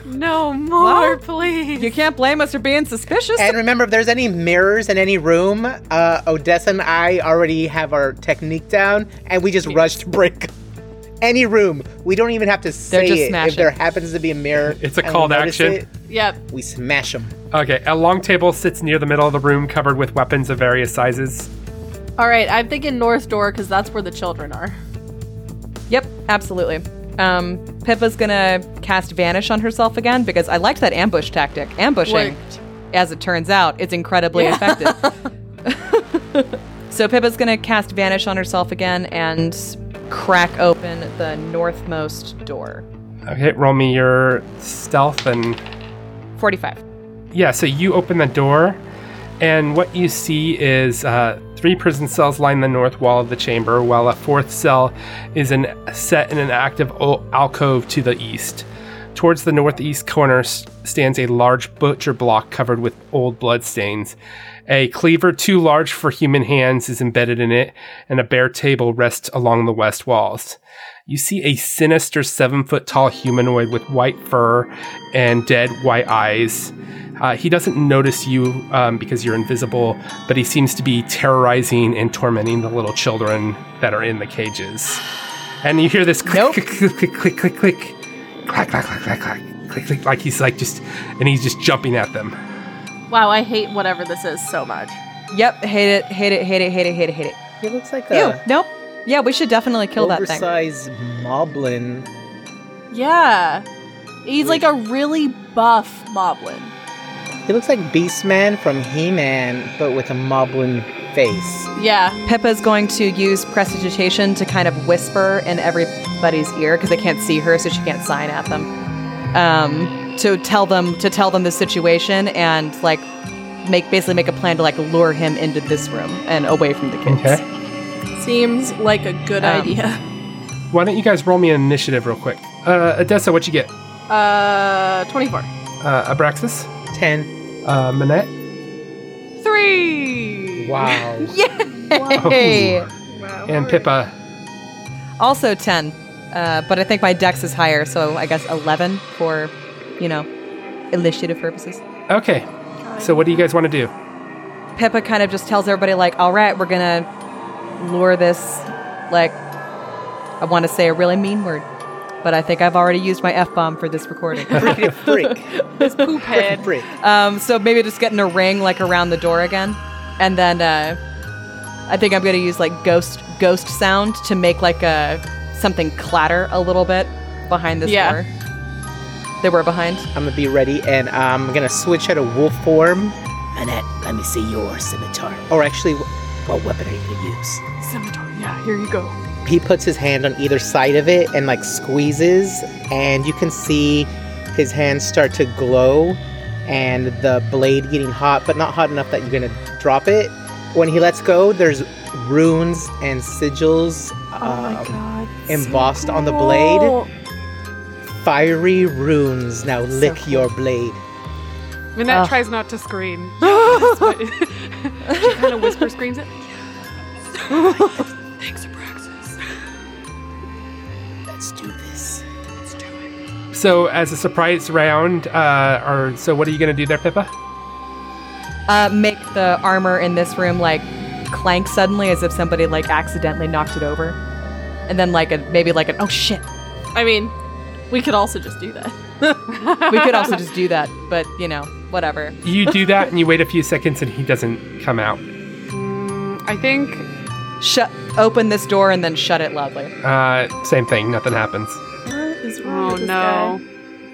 [SPEAKER 6] No more,
[SPEAKER 5] What?
[SPEAKER 6] please.
[SPEAKER 5] You can't blame us for being suspicious.
[SPEAKER 4] And remember, if there's any mirrors in any room, uh, Odessa and I already have our technique down, and we just rush to break [laughs] any room. We don't even have to say
[SPEAKER 5] just
[SPEAKER 4] it.
[SPEAKER 5] smashing.
[SPEAKER 4] If there happens to be a mirror,
[SPEAKER 2] [laughs] It's a
[SPEAKER 4] and we
[SPEAKER 2] call to
[SPEAKER 4] notice
[SPEAKER 2] action.
[SPEAKER 4] it,
[SPEAKER 3] yep.
[SPEAKER 4] we smash them.
[SPEAKER 2] Okay, a long table sits near the middle of the room, covered with weapons of various sizes.
[SPEAKER 3] All right, I'm thinking north door because that's where the children are.
[SPEAKER 5] Yep, absolutely. Um, Pippa's gonna cast Vanish on herself again because I liked that ambush tactic. Ambushing,
[SPEAKER 3] Worked.
[SPEAKER 5] as it turns out, it's incredibly
[SPEAKER 6] [laughs]
[SPEAKER 5] effective. so Pippa's gonna cast Vanish on herself again and crack open the northmost door.
[SPEAKER 2] Okay, roll me your stealth and
[SPEAKER 5] 45.
[SPEAKER 2] Yeah, so you open the door, and what you see is uh, three prison cells line the north wall of the chamber, while a fourth cell is an, set in an active o- alcove to the east. Towards the northeast corner s- stands a large butcher block covered with old bloodstains. A cleaver too large for human hands is embedded in it, and a bare table rests along the west walls. You see a sinister seven foot tall humanoid with white fur and dead white eyes. Uh, he doesn't notice you um, because you're invisible, but he seems to be terrorizing and tormenting the little children that are in the cages. And you hear this click,
[SPEAKER 5] Nope.
[SPEAKER 2] click, click, click, click, click, click, clack, clack, clack, clack, clack, click, click, like he's like just, and he's just jumping at them.
[SPEAKER 3] Wow, I hate whatever this is so much.
[SPEAKER 5] Yep, hate it, hate it, hate it, hate it, hate it, hate it.
[SPEAKER 4] He looks like
[SPEAKER 5] Ew,
[SPEAKER 4] a
[SPEAKER 5] nope. Yeah, we should definitely kill that thing.
[SPEAKER 4] oversized moblin.
[SPEAKER 3] Yeah. He's like a really buff moblin.
[SPEAKER 4] He looks like Beastman from He-Man, but with a moblin face.
[SPEAKER 3] Yeah.
[SPEAKER 5] Pippa's going to use prestidigitation to kind of whisper in everybody's ear because they can't see her, so she can't sign at them. Um, to tell them to tell them the situation and like make basically make a plan to like lure him into this room and away from the kids.
[SPEAKER 2] Okay.
[SPEAKER 3] Seems like a good
[SPEAKER 5] Um,
[SPEAKER 3] idea. [laughs]
[SPEAKER 2] Why don't you guys roll me an initiative real quick? Uh, Odessa, what you get?
[SPEAKER 3] Uh, 24.
[SPEAKER 2] Uh, Abraxas,
[SPEAKER 4] 10.
[SPEAKER 2] uh, Manette.
[SPEAKER 6] Three. [laughs]
[SPEAKER 4] Wow.
[SPEAKER 5] Hey.
[SPEAKER 2] Oh, and Pippa.
[SPEAKER 5] Also 10. Uh, but I think my dex is higher, so I guess 11 for, you know, initiative purposes.
[SPEAKER 2] Okay. So what do you guys want to do?
[SPEAKER 5] Pippa kind of just tells everybody, like, all right, we're going to lure this, like, I want to say a really mean word, but I think I've already used my F bomb for this recording.
[SPEAKER 4] Freaking
[SPEAKER 6] [laughs]
[SPEAKER 4] freak.
[SPEAKER 6] Poop head.
[SPEAKER 4] Freak.
[SPEAKER 5] um, so maybe just getting a ring, like, around the door again. And then uh, I think I'm going to use, like, ghost ghost sound to make, like, a something clatter a little bit behind this
[SPEAKER 3] Yeah.
[SPEAKER 5] door that we're behind.
[SPEAKER 4] I'm gonna be ready and I'm gonna switch out of wolf form. Annette, let me see your scimitar. Or actually, wh- what weapon are you gonna use?
[SPEAKER 6] Scimitar. Yeah, here you go.
[SPEAKER 4] He puts his hand on either side of it and like squeezes, and you can see his hands start to glow and the blade getting hot, but not hot enough that you're gonna drop it. When he lets go, there's runes and sigils um,
[SPEAKER 6] God.
[SPEAKER 4] embossed on the blade. Fiery runes now lick your blade.
[SPEAKER 6] Minette
[SPEAKER 5] Ugh.
[SPEAKER 6] tries not
[SPEAKER 5] [laughs]
[SPEAKER 6] to scream. That's what- she kind of whisper screams it. Thanks, Abraxas.
[SPEAKER 4] Let's do this.
[SPEAKER 2] So as a surprise round, uh, or so what are you going to do there, Pippa?
[SPEAKER 5] uh, make the armor in this room like clank suddenly as if somebody like accidentally knocked it over and then like a maybe like an oh shit
[SPEAKER 3] I mean, we could also just do that.
[SPEAKER 5] we could also just
[SPEAKER 6] [laughs]
[SPEAKER 5] do that but you know whatever
[SPEAKER 2] You do that and you wait a few seconds and he doesn't come out.
[SPEAKER 6] I think
[SPEAKER 5] shut open this door and then shut it loudly
[SPEAKER 2] Uh, same thing, nothing happens.
[SPEAKER 6] Oh no.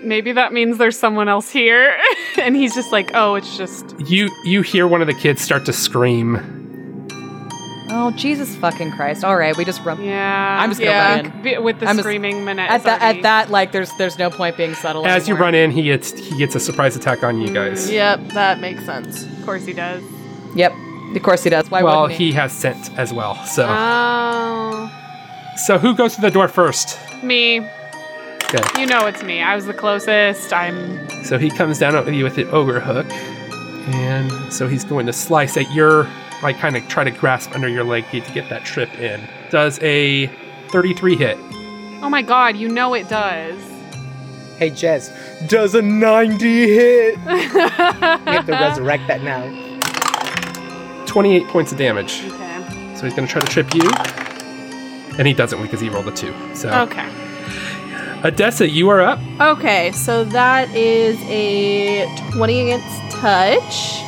[SPEAKER 6] Maybe that means there's someone else here. [laughs] and he's just like, oh, it's just.
[SPEAKER 2] You you hear one of the kids start to scream.
[SPEAKER 5] oh jesus fucking christ all right we just run
[SPEAKER 6] Yeah.
[SPEAKER 5] I'm just gonna
[SPEAKER 6] yeah.
[SPEAKER 5] run in.
[SPEAKER 6] Be- With the
[SPEAKER 5] I'm just-
[SPEAKER 6] screaming Minette.
[SPEAKER 5] at
[SPEAKER 6] is
[SPEAKER 5] that
[SPEAKER 6] already-
[SPEAKER 5] at that like there's there's no point being subtle
[SPEAKER 2] As you
[SPEAKER 5] anymore.
[SPEAKER 2] run in, he gets he gets a surprise attack on you guys.
[SPEAKER 3] Yep, that makes sense.
[SPEAKER 6] Of course he does.
[SPEAKER 5] yep of course he does why
[SPEAKER 2] Well,
[SPEAKER 5] wouldn't he,
[SPEAKER 2] he has scent as well. So
[SPEAKER 6] Uh. Oh.
[SPEAKER 2] so who goes to the door first?
[SPEAKER 6] Me.
[SPEAKER 2] Okay.
[SPEAKER 6] You know it's me. I was the closest. I'm.
[SPEAKER 2] So he comes down at you with the ogre hook, and so he's going to slice at your, like, kind of try to grasp under your leg to get that trip in. Does a 33 hit?
[SPEAKER 6] Oh my god, you know it does.
[SPEAKER 4] Hey Jez, does a 90 hit? we have to resurrect that now.
[SPEAKER 2] 28 points of damage.
[SPEAKER 6] Okay.
[SPEAKER 2] So he's going to try to trip you, and he doesn't because he rolled a two. So
[SPEAKER 6] Okay.
[SPEAKER 2] Odessa, you are up.
[SPEAKER 3] Okay, so that is a 20 against touch.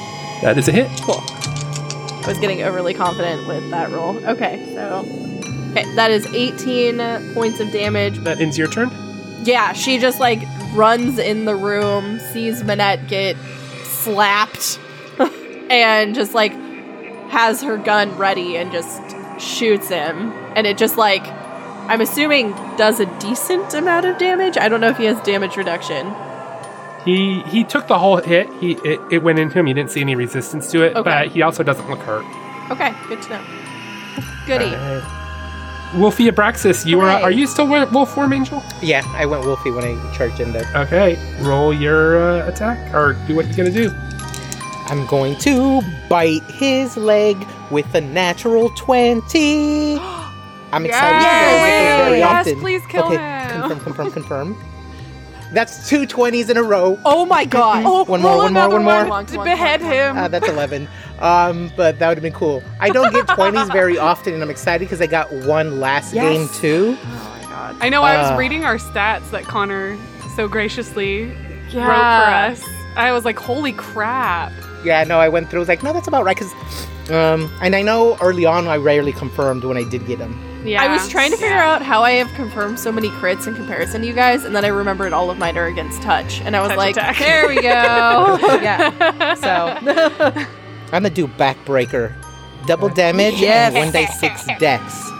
[SPEAKER 2] That is a hit.
[SPEAKER 3] Cool. I was getting overly confident with that roll. Okay, so. Okay, that is 18 points of damage.
[SPEAKER 2] That ends your turn.
[SPEAKER 3] Yeah, she just like runs in the room, sees Manette get slapped, [laughs] and just like has her gun ready and just shoots him. And it just like, I'm assuming, does a decent amount of damage. I don't know if he has damage reduction.
[SPEAKER 2] He he took the whole hit. He it, it went into him. He didn't see any resistance to it,
[SPEAKER 3] Okay.
[SPEAKER 2] but he also doesn't look hurt.
[SPEAKER 3] Okay, good to know. Goody.
[SPEAKER 6] Uh,
[SPEAKER 2] Wolfie Abraxas, you are. up.
[SPEAKER 3] Hooray.
[SPEAKER 2] Are you still wo- wolf form, Angel?
[SPEAKER 4] Yeah, I went Wolfie when I charged in there.
[SPEAKER 2] Okay, roll your uh, attack or do what he's gonna do.
[SPEAKER 4] I'm going to bite his leg with a natural 20. [gasps] I'm excited.
[SPEAKER 6] Yes!
[SPEAKER 4] Very
[SPEAKER 6] Yes,
[SPEAKER 4] often.
[SPEAKER 6] please kill
[SPEAKER 4] okay,
[SPEAKER 6] him.
[SPEAKER 4] Confirm, confirm, confirm. That's two 20s in a row.
[SPEAKER 3] Oh
[SPEAKER 4] [laughs]
[SPEAKER 3] my god. Oh,
[SPEAKER 4] One more, one more, one more.
[SPEAKER 3] behead him.
[SPEAKER 4] Uh, that's 11. Um, but that would have been cool. I don't get 20s very often, and I'm excited because I got one last game, too.
[SPEAKER 6] I know I
[SPEAKER 4] Uh.
[SPEAKER 6] was reading our stats that Connor so graciously
[SPEAKER 3] Yeah.
[SPEAKER 6] wrote for us. I was like, holy crap.
[SPEAKER 4] Yeah, no, I went through. I was like, no, that's about right. Because, um, and I know early on I rarely confirmed when I did get them.
[SPEAKER 6] Yeah.
[SPEAKER 3] I was trying to figure out how I have confirmed so many crits in comparison to you guys, and then I remembered all of mine are against touch, and I was
[SPEAKER 6] Touch
[SPEAKER 3] like,
[SPEAKER 6] attack.
[SPEAKER 3] "There we
[SPEAKER 6] [laughs]
[SPEAKER 3] go."
[SPEAKER 5] [laughs] yeah so
[SPEAKER 4] I'm gonna do backbreaker, double damage,
[SPEAKER 5] Yes.
[SPEAKER 4] and one day six dex,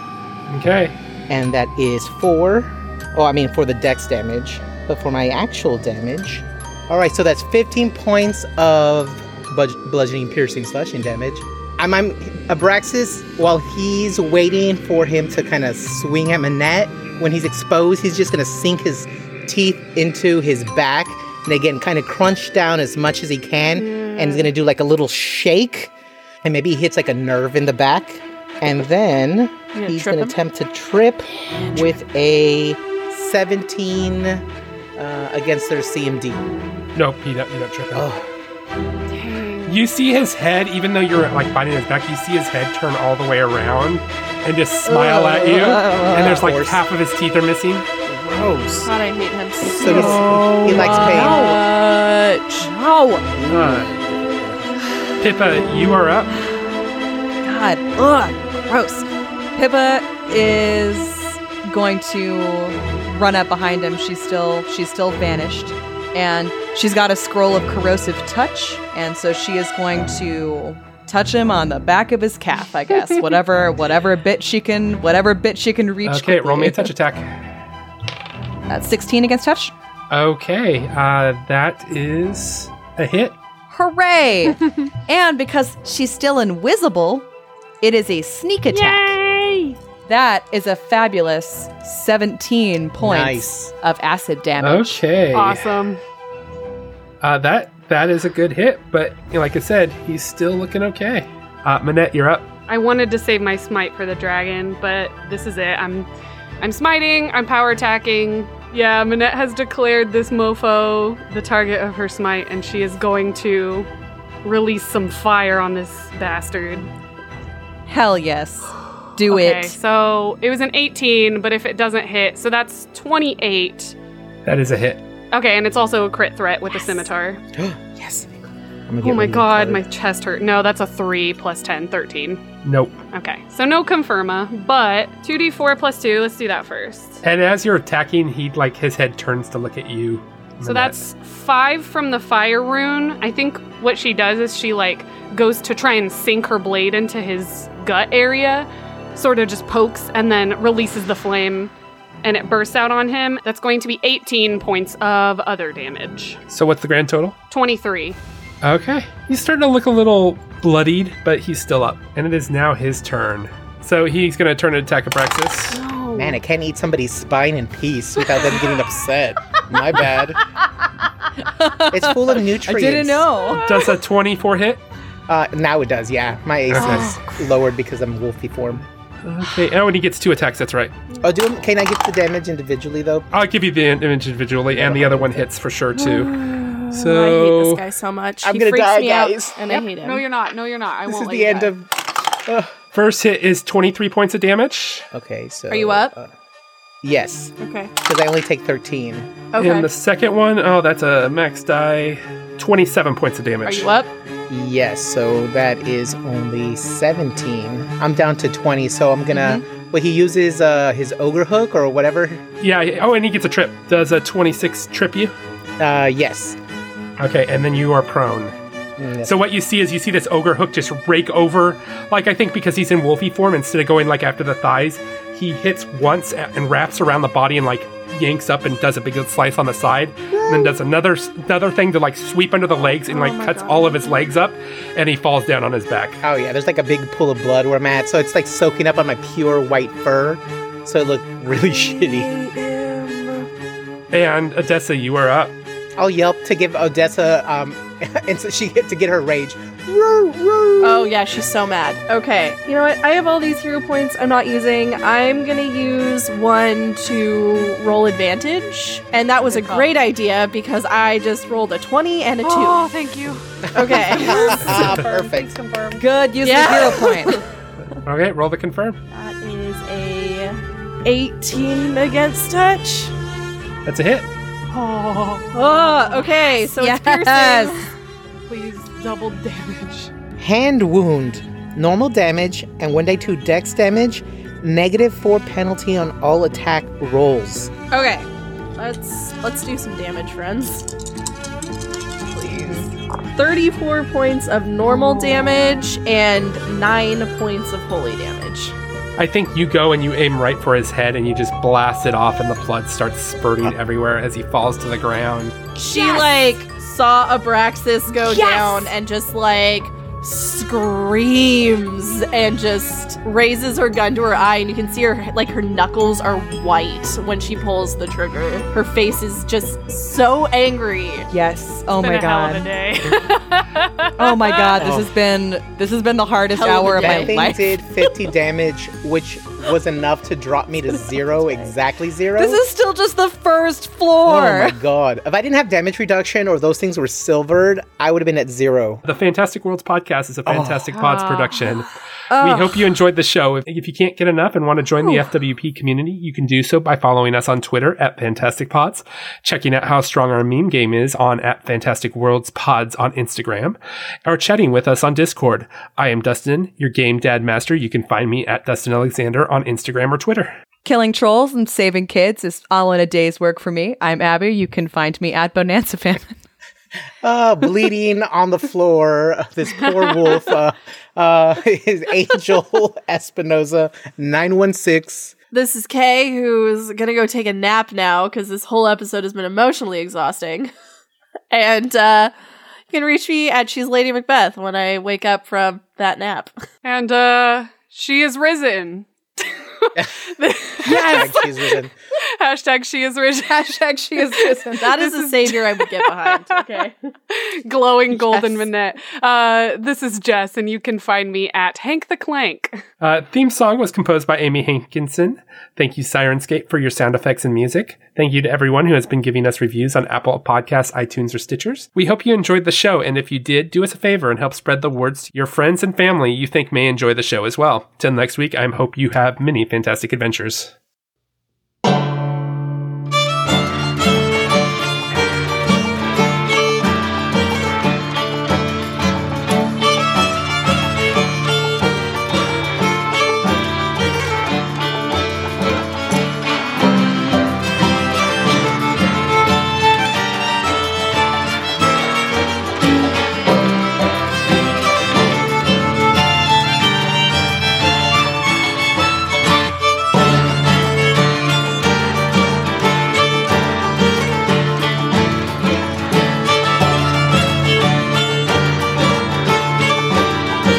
[SPEAKER 2] Okay,
[SPEAKER 4] and that is four. Oh, I mean for the dex damage, but for my actual damage. All right, so that's 15 points of bludg- bludgeoning, piercing, slashing damage. I'm, I'm Abraxas. While he's waiting for him to kind of swing at Manette, when he's exposed, he's just gonna sink his teeth into his back and again kind of crunch down as much as he can and he's gonna do like a little shake and maybe he hits like a nerve in the back and then he's
[SPEAKER 3] trip
[SPEAKER 4] gonna
[SPEAKER 3] him?
[SPEAKER 4] attempt to trip with a 17 uh, against their CMD.
[SPEAKER 2] Nope, he don't, he don't trip out. You see his head, even though you're like biting his back, you see his head turn all the way around and just smile at you. And there's like
[SPEAKER 4] Horse.
[SPEAKER 2] half of his teeth are missing.
[SPEAKER 4] Gross.
[SPEAKER 3] God, I hate him so
[SPEAKER 4] So he's, he likes pain.
[SPEAKER 3] much.
[SPEAKER 5] No.
[SPEAKER 2] Pippa, you are up.
[SPEAKER 5] God. Ugh. Gross. Pippa is going to run up behind him. She's still she's still vanished. And she's got a scroll of corrosive touch, and so she is going to touch him on the back of his calf, I guess. whatever whatever bit she can whatever bit she can reach.
[SPEAKER 2] Okay, roll me a touch attack.
[SPEAKER 5] That's 16 against touch.
[SPEAKER 2] Okay, uh, that is a hit.
[SPEAKER 5] Hooray! and because she's still invisible, it is a sneak attack. That is a fabulous 17 points
[SPEAKER 4] Nice.
[SPEAKER 5] of acid damage.
[SPEAKER 2] Okay,
[SPEAKER 6] Awesome.
[SPEAKER 2] uh, that that is a good hit, but you know, like I said, he's still looking okay. Uh, Manette, you're up.
[SPEAKER 6] I wanted to save my smite for the dragon, but this is it. I'm I'm smiting, I'm power attacking. Yeah, Minette has declared this mofo the target of her smite, and she is going to release some fire on this bastard.
[SPEAKER 5] Hell yes. Do
[SPEAKER 6] okay,
[SPEAKER 5] it.
[SPEAKER 6] so it was an 18, but if it doesn't hit, so that's 28.
[SPEAKER 2] That is a hit.
[SPEAKER 6] Okay, and it's also a crit threat with
[SPEAKER 5] [gasps]
[SPEAKER 6] a scimitar.
[SPEAKER 4] I'm gonna get
[SPEAKER 6] Oh my
[SPEAKER 4] really
[SPEAKER 6] god,
[SPEAKER 4] tired.
[SPEAKER 6] my chest hurt. No, that's a 3 plus 10, 13.
[SPEAKER 2] Nope.
[SPEAKER 6] Okay, so no confirma, but 2d4 plus 2, let's do that first.
[SPEAKER 2] And as you're attacking, he like his head turns to look at you.
[SPEAKER 6] So
[SPEAKER 2] Manette.
[SPEAKER 6] that's five from the fire rune. I think what she does is she like goes to try and sink her blade into his gut area, sort of just pokes and then releases the flame and it bursts out on him. That's going to be 18 points of other damage.
[SPEAKER 2] so. What's the grand total?
[SPEAKER 6] 23.
[SPEAKER 2] Okay, he's starting to look a little bloodied, but he's still up, and it is now his turn. So he's going to turn to attack Abraxas.
[SPEAKER 4] Man, I can't eat somebody's spine in peace without them getting upset. My bad. It's full of nutrients.
[SPEAKER 5] I didn't know.
[SPEAKER 2] Does a 24 hit?
[SPEAKER 4] Uh, now it does, yeah. My ace is lowered because I'm wolfy form.
[SPEAKER 2] Okay. Oh, and he gets two attacks. That's right.
[SPEAKER 4] Oh, do can I get the damage individually though?
[SPEAKER 2] I'll give you the image individually, and the other one hits for sure too.
[SPEAKER 3] [sighs] I hate
[SPEAKER 2] So
[SPEAKER 3] this guy so much.
[SPEAKER 4] I'm
[SPEAKER 3] he
[SPEAKER 4] gonna
[SPEAKER 3] freaks
[SPEAKER 4] die,
[SPEAKER 3] me
[SPEAKER 4] guys.
[SPEAKER 3] out, and I hate him.
[SPEAKER 6] No, you're not. No, you're not. I
[SPEAKER 4] This
[SPEAKER 6] won't
[SPEAKER 4] is
[SPEAKER 6] let
[SPEAKER 4] the
[SPEAKER 6] you
[SPEAKER 4] end
[SPEAKER 6] die.
[SPEAKER 4] of.
[SPEAKER 2] first hit is 23 points of damage,
[SPEAKER 4] Okay, so.
[SPEAKER 3] Are you up?
[SPEAKER 4] uh, yes,
[SPEAKER 3] okay.
[SPEAKER 4] because I only take 13.
[SPEAKER 3] Okay.
[SPEAKER 2] and the second one, oh, that's a max die, 27 points of
[SPEAKER 3] Are
[SPEAKER 2] damage.
[SPEAKER 3] you up?
[SPEAKER 4] Yes, so that is only 17. I'm down to 20, so I'm gonna.
[SPEAKER 3] Mm-hmm.
[SPEAKER 4] Well, he uses uh, his ogre hook or whatever.
[SPEAKER 2] Yeah. Oh, and he gets a trip. Does a 26 trip you?
[SPEAKER 4] Uh, yes.
[SPEAKER 2] Okay, and then you are prone.
[SPEAKER 4] Mm,
[SPEAKER 2] So what you see is you see this ogre hook just rake over. Like I think because he's in wolfy form, instead of going like after the thighs, he hits once a- and wraps around the body and like yanks up and does a big slice on the side, and then does another s- another thing to like sweep under the legs and like cuts all of his legs up, and he falls down on his back.
[SPEAKER 4] Oh yeah, there's like a big pool of blood where I'm at, so it's like soaking up on my pure white fur, so it looked [laughs] really shitty.
[SPEAKER 2] And Odessa, you are up.
[SPEAKER 4] I'll yelp to give Odessa, um, [laughs] and so she get to get her rage. Roo, roo.
[SPEAKER 3] Oh yeah, she's so mad. Okay. You know what? I have all these hero points I'm not using. I'm gonna use one to roll advantage. And that was a great idea because I just rolled a twenty and a two.
[SPEAKER 6] Oh, thank you.
[SPEAKER 3] Okay. [laughs]
[SPEAKER 4] ah, [laughs] perfect.
[SPEAKER 5] Good. Use
[SPEAKER 3] Yeah.
[SPEAKER 5] the hero point.
[SPEAKER 2] Okay, roll the confirm.
[SPEAKER 3] that is a eighteen against touch.
[SPEAKER 2] That's a hit.
[SPEAKER 3] Oh, okay. [laughs] So it's
[SPEAKER 5] Yes.
[SPEAKER 3] piercing.
[SPEAKER 6] Please double damage.
[SPEAKER 4] Hand wound, normal damage, and 1d2 dex damage, negative four penalty on all attack rolls.
[SPEAKER 3] Okay. Let's let's do some damage, friends. Please. 34 points of normal damage and 9 points of holy damage.
[SPEAKER 2] I think you go and you aim right for his head, and you just blast it off, and the blood starts spurting everywhere as he falls to the ground.
[SPEAKER 3] She like saw Abraxas go down and just like screams and just raises her gun to her eye and you can see her like her knuckles are white when she pulls the trigger her face is just so angry
[SPEAKER 5] Yes. Oh my
[SPEAKER 6] Been a hell of a
[SPEAKER 5] god.
[SPEAKER 6] day.
[SPEAKER 4] [laughs]
[SPEAKER 5] Oh my god. This
[SPEAKER 4] Oh.
[SPEAKER 5] has been this has been the hardest
[SPEAKER 3] Hell of a
[SPEAKER 5] hour of
[SPEAKER 3] day.
[SPEAKER 5] my
[SPEAKER 4] That thing
[SPEAKER 5] life. [laughs]
[SPEAKER 4] did 50 damage, which was enough to drop me to zero, exactly zero.
[SPEAKER 5] This is still just the first
[SPEAKER 4] Oh
[SPEAKER 5] floor.
[SPEAKER 4] my god. If I didn't have damage reduction or those things were silvered, I would have been at zero.
[SPEAKER 2] The Fantastic Worlds podcast is a Fantastic Pods production. We hope you enjoyed the show. If, if you can't get enough and want to join the FWP community, you can do so by following us on Twitter at Fantastic Pods, checking out how strong our meme game is on at Fantastic Worlds Pods on Instagram, or chatting with us on Discord. I am Dustin, your game dad master. You can find me at Dustin Alexander on Instagram or Twitter.
[SPEAKER 5] Killing trolls and saving kids is all in a day's work for me. I'm Abby. You can find me at Bonanza Famine.
[SPEAKER 4] Uh, bleeding [laughs] on the floor. This
[SPEAKER 5] [laughs]
[SPEAKER 4] poor wolf. Uh, uh, [laughs] is Angel [laughs] Espinosa 916.
[SPEAKER 3] this is kay who's gonna go take a nap now because this whole episode has been emotionally exhausting [laughs] and uh you can reach me at she's lady macbeth when i wake up from that nap
[SPEAKER 6] and uh, she is risen.
[SPEAKER 4] Like she's written.
[SPEAKER 6] Hashtag she is risen.
[SPEAKER 5] Hashtag [laughs] she
[SPEAKER 3] [laughs]
[SPEAKER 5] is risen.
[SPEAKER 3] that is a savior i would get behind okay
[SPEAKER 6] [laughs] Glowing golden
[SPEAKER 3] Yes.
[SPEAKER 6] Minette. Uh, this is Jess, and you can find me at Hank the Clank. [laughs]
[SPEAKER 2] Uh, theme song was composed by Amy Hankinson. Thank you, Sirenscape, for your sound effects and music. Thank you to everyone who has been giving us reviews on Apple Podcasts, iTunes, or Stitchers. We hope you enjoyed the show, and if you did, do us a favor and help spread the words to your friends and family you think may enjoy the show as well. Till next week, I hope you have many fantastic adventures.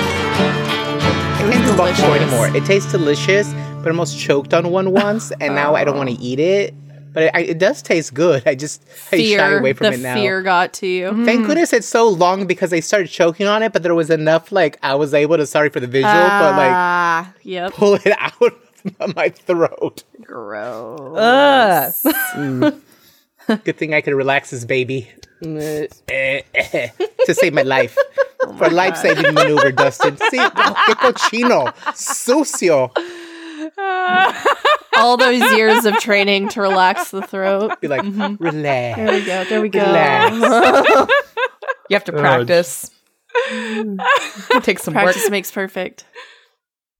[SPEAKER 4] I can't do bok choy anymore. It tastes delicious, but I almost choked on one once, and now I don't
[SPEAKER 3] Oh.
[SPEAKER 4] want to eat it. But it, I, it does taste good. I just I shy
[SPEAKER 3] fear
[SPEAKER 4] away from
[SPEAKER 3] the
[SPEAKER 4] it now.
[SPEAKER 3] fear Mm. got to you
[SPEAKER 4] Thank goodness it's so long because I started choking on it, but there was enough like I was able to sorry for the visual, but like
[SPEAKER 3] ah yep
[SPEAKER 4] pull it [laughs] out of my throat.
[SPEAKER 3] gross
[SPEAKER 5] Ugh.
[SPEAKER 4] Good thing I could relax this baby. [laughs] Eh, eh, eh, to save my
[SPEAKER 3] [laughs]
[SPEAKER 4] life.
[SPEAKER 3] Oh
[SPEAKER 4] for life saving maneuver, Dustin. See, [laughs] oh, que cochino. Sucio.
[SPEAKER 3] all those years of training to relax the throat
[SPEAKER 4] Be like, relax.
[SPEAKER 3] Mm-hmm. there we go there we go
[SPEAKER 4] Relax.
[SPEAKER 5] You have to practice. Take some [laughs]
[SPEAKER 3] practice
[SPEAKER 5] work.
[SPEAKER 3] makes perfect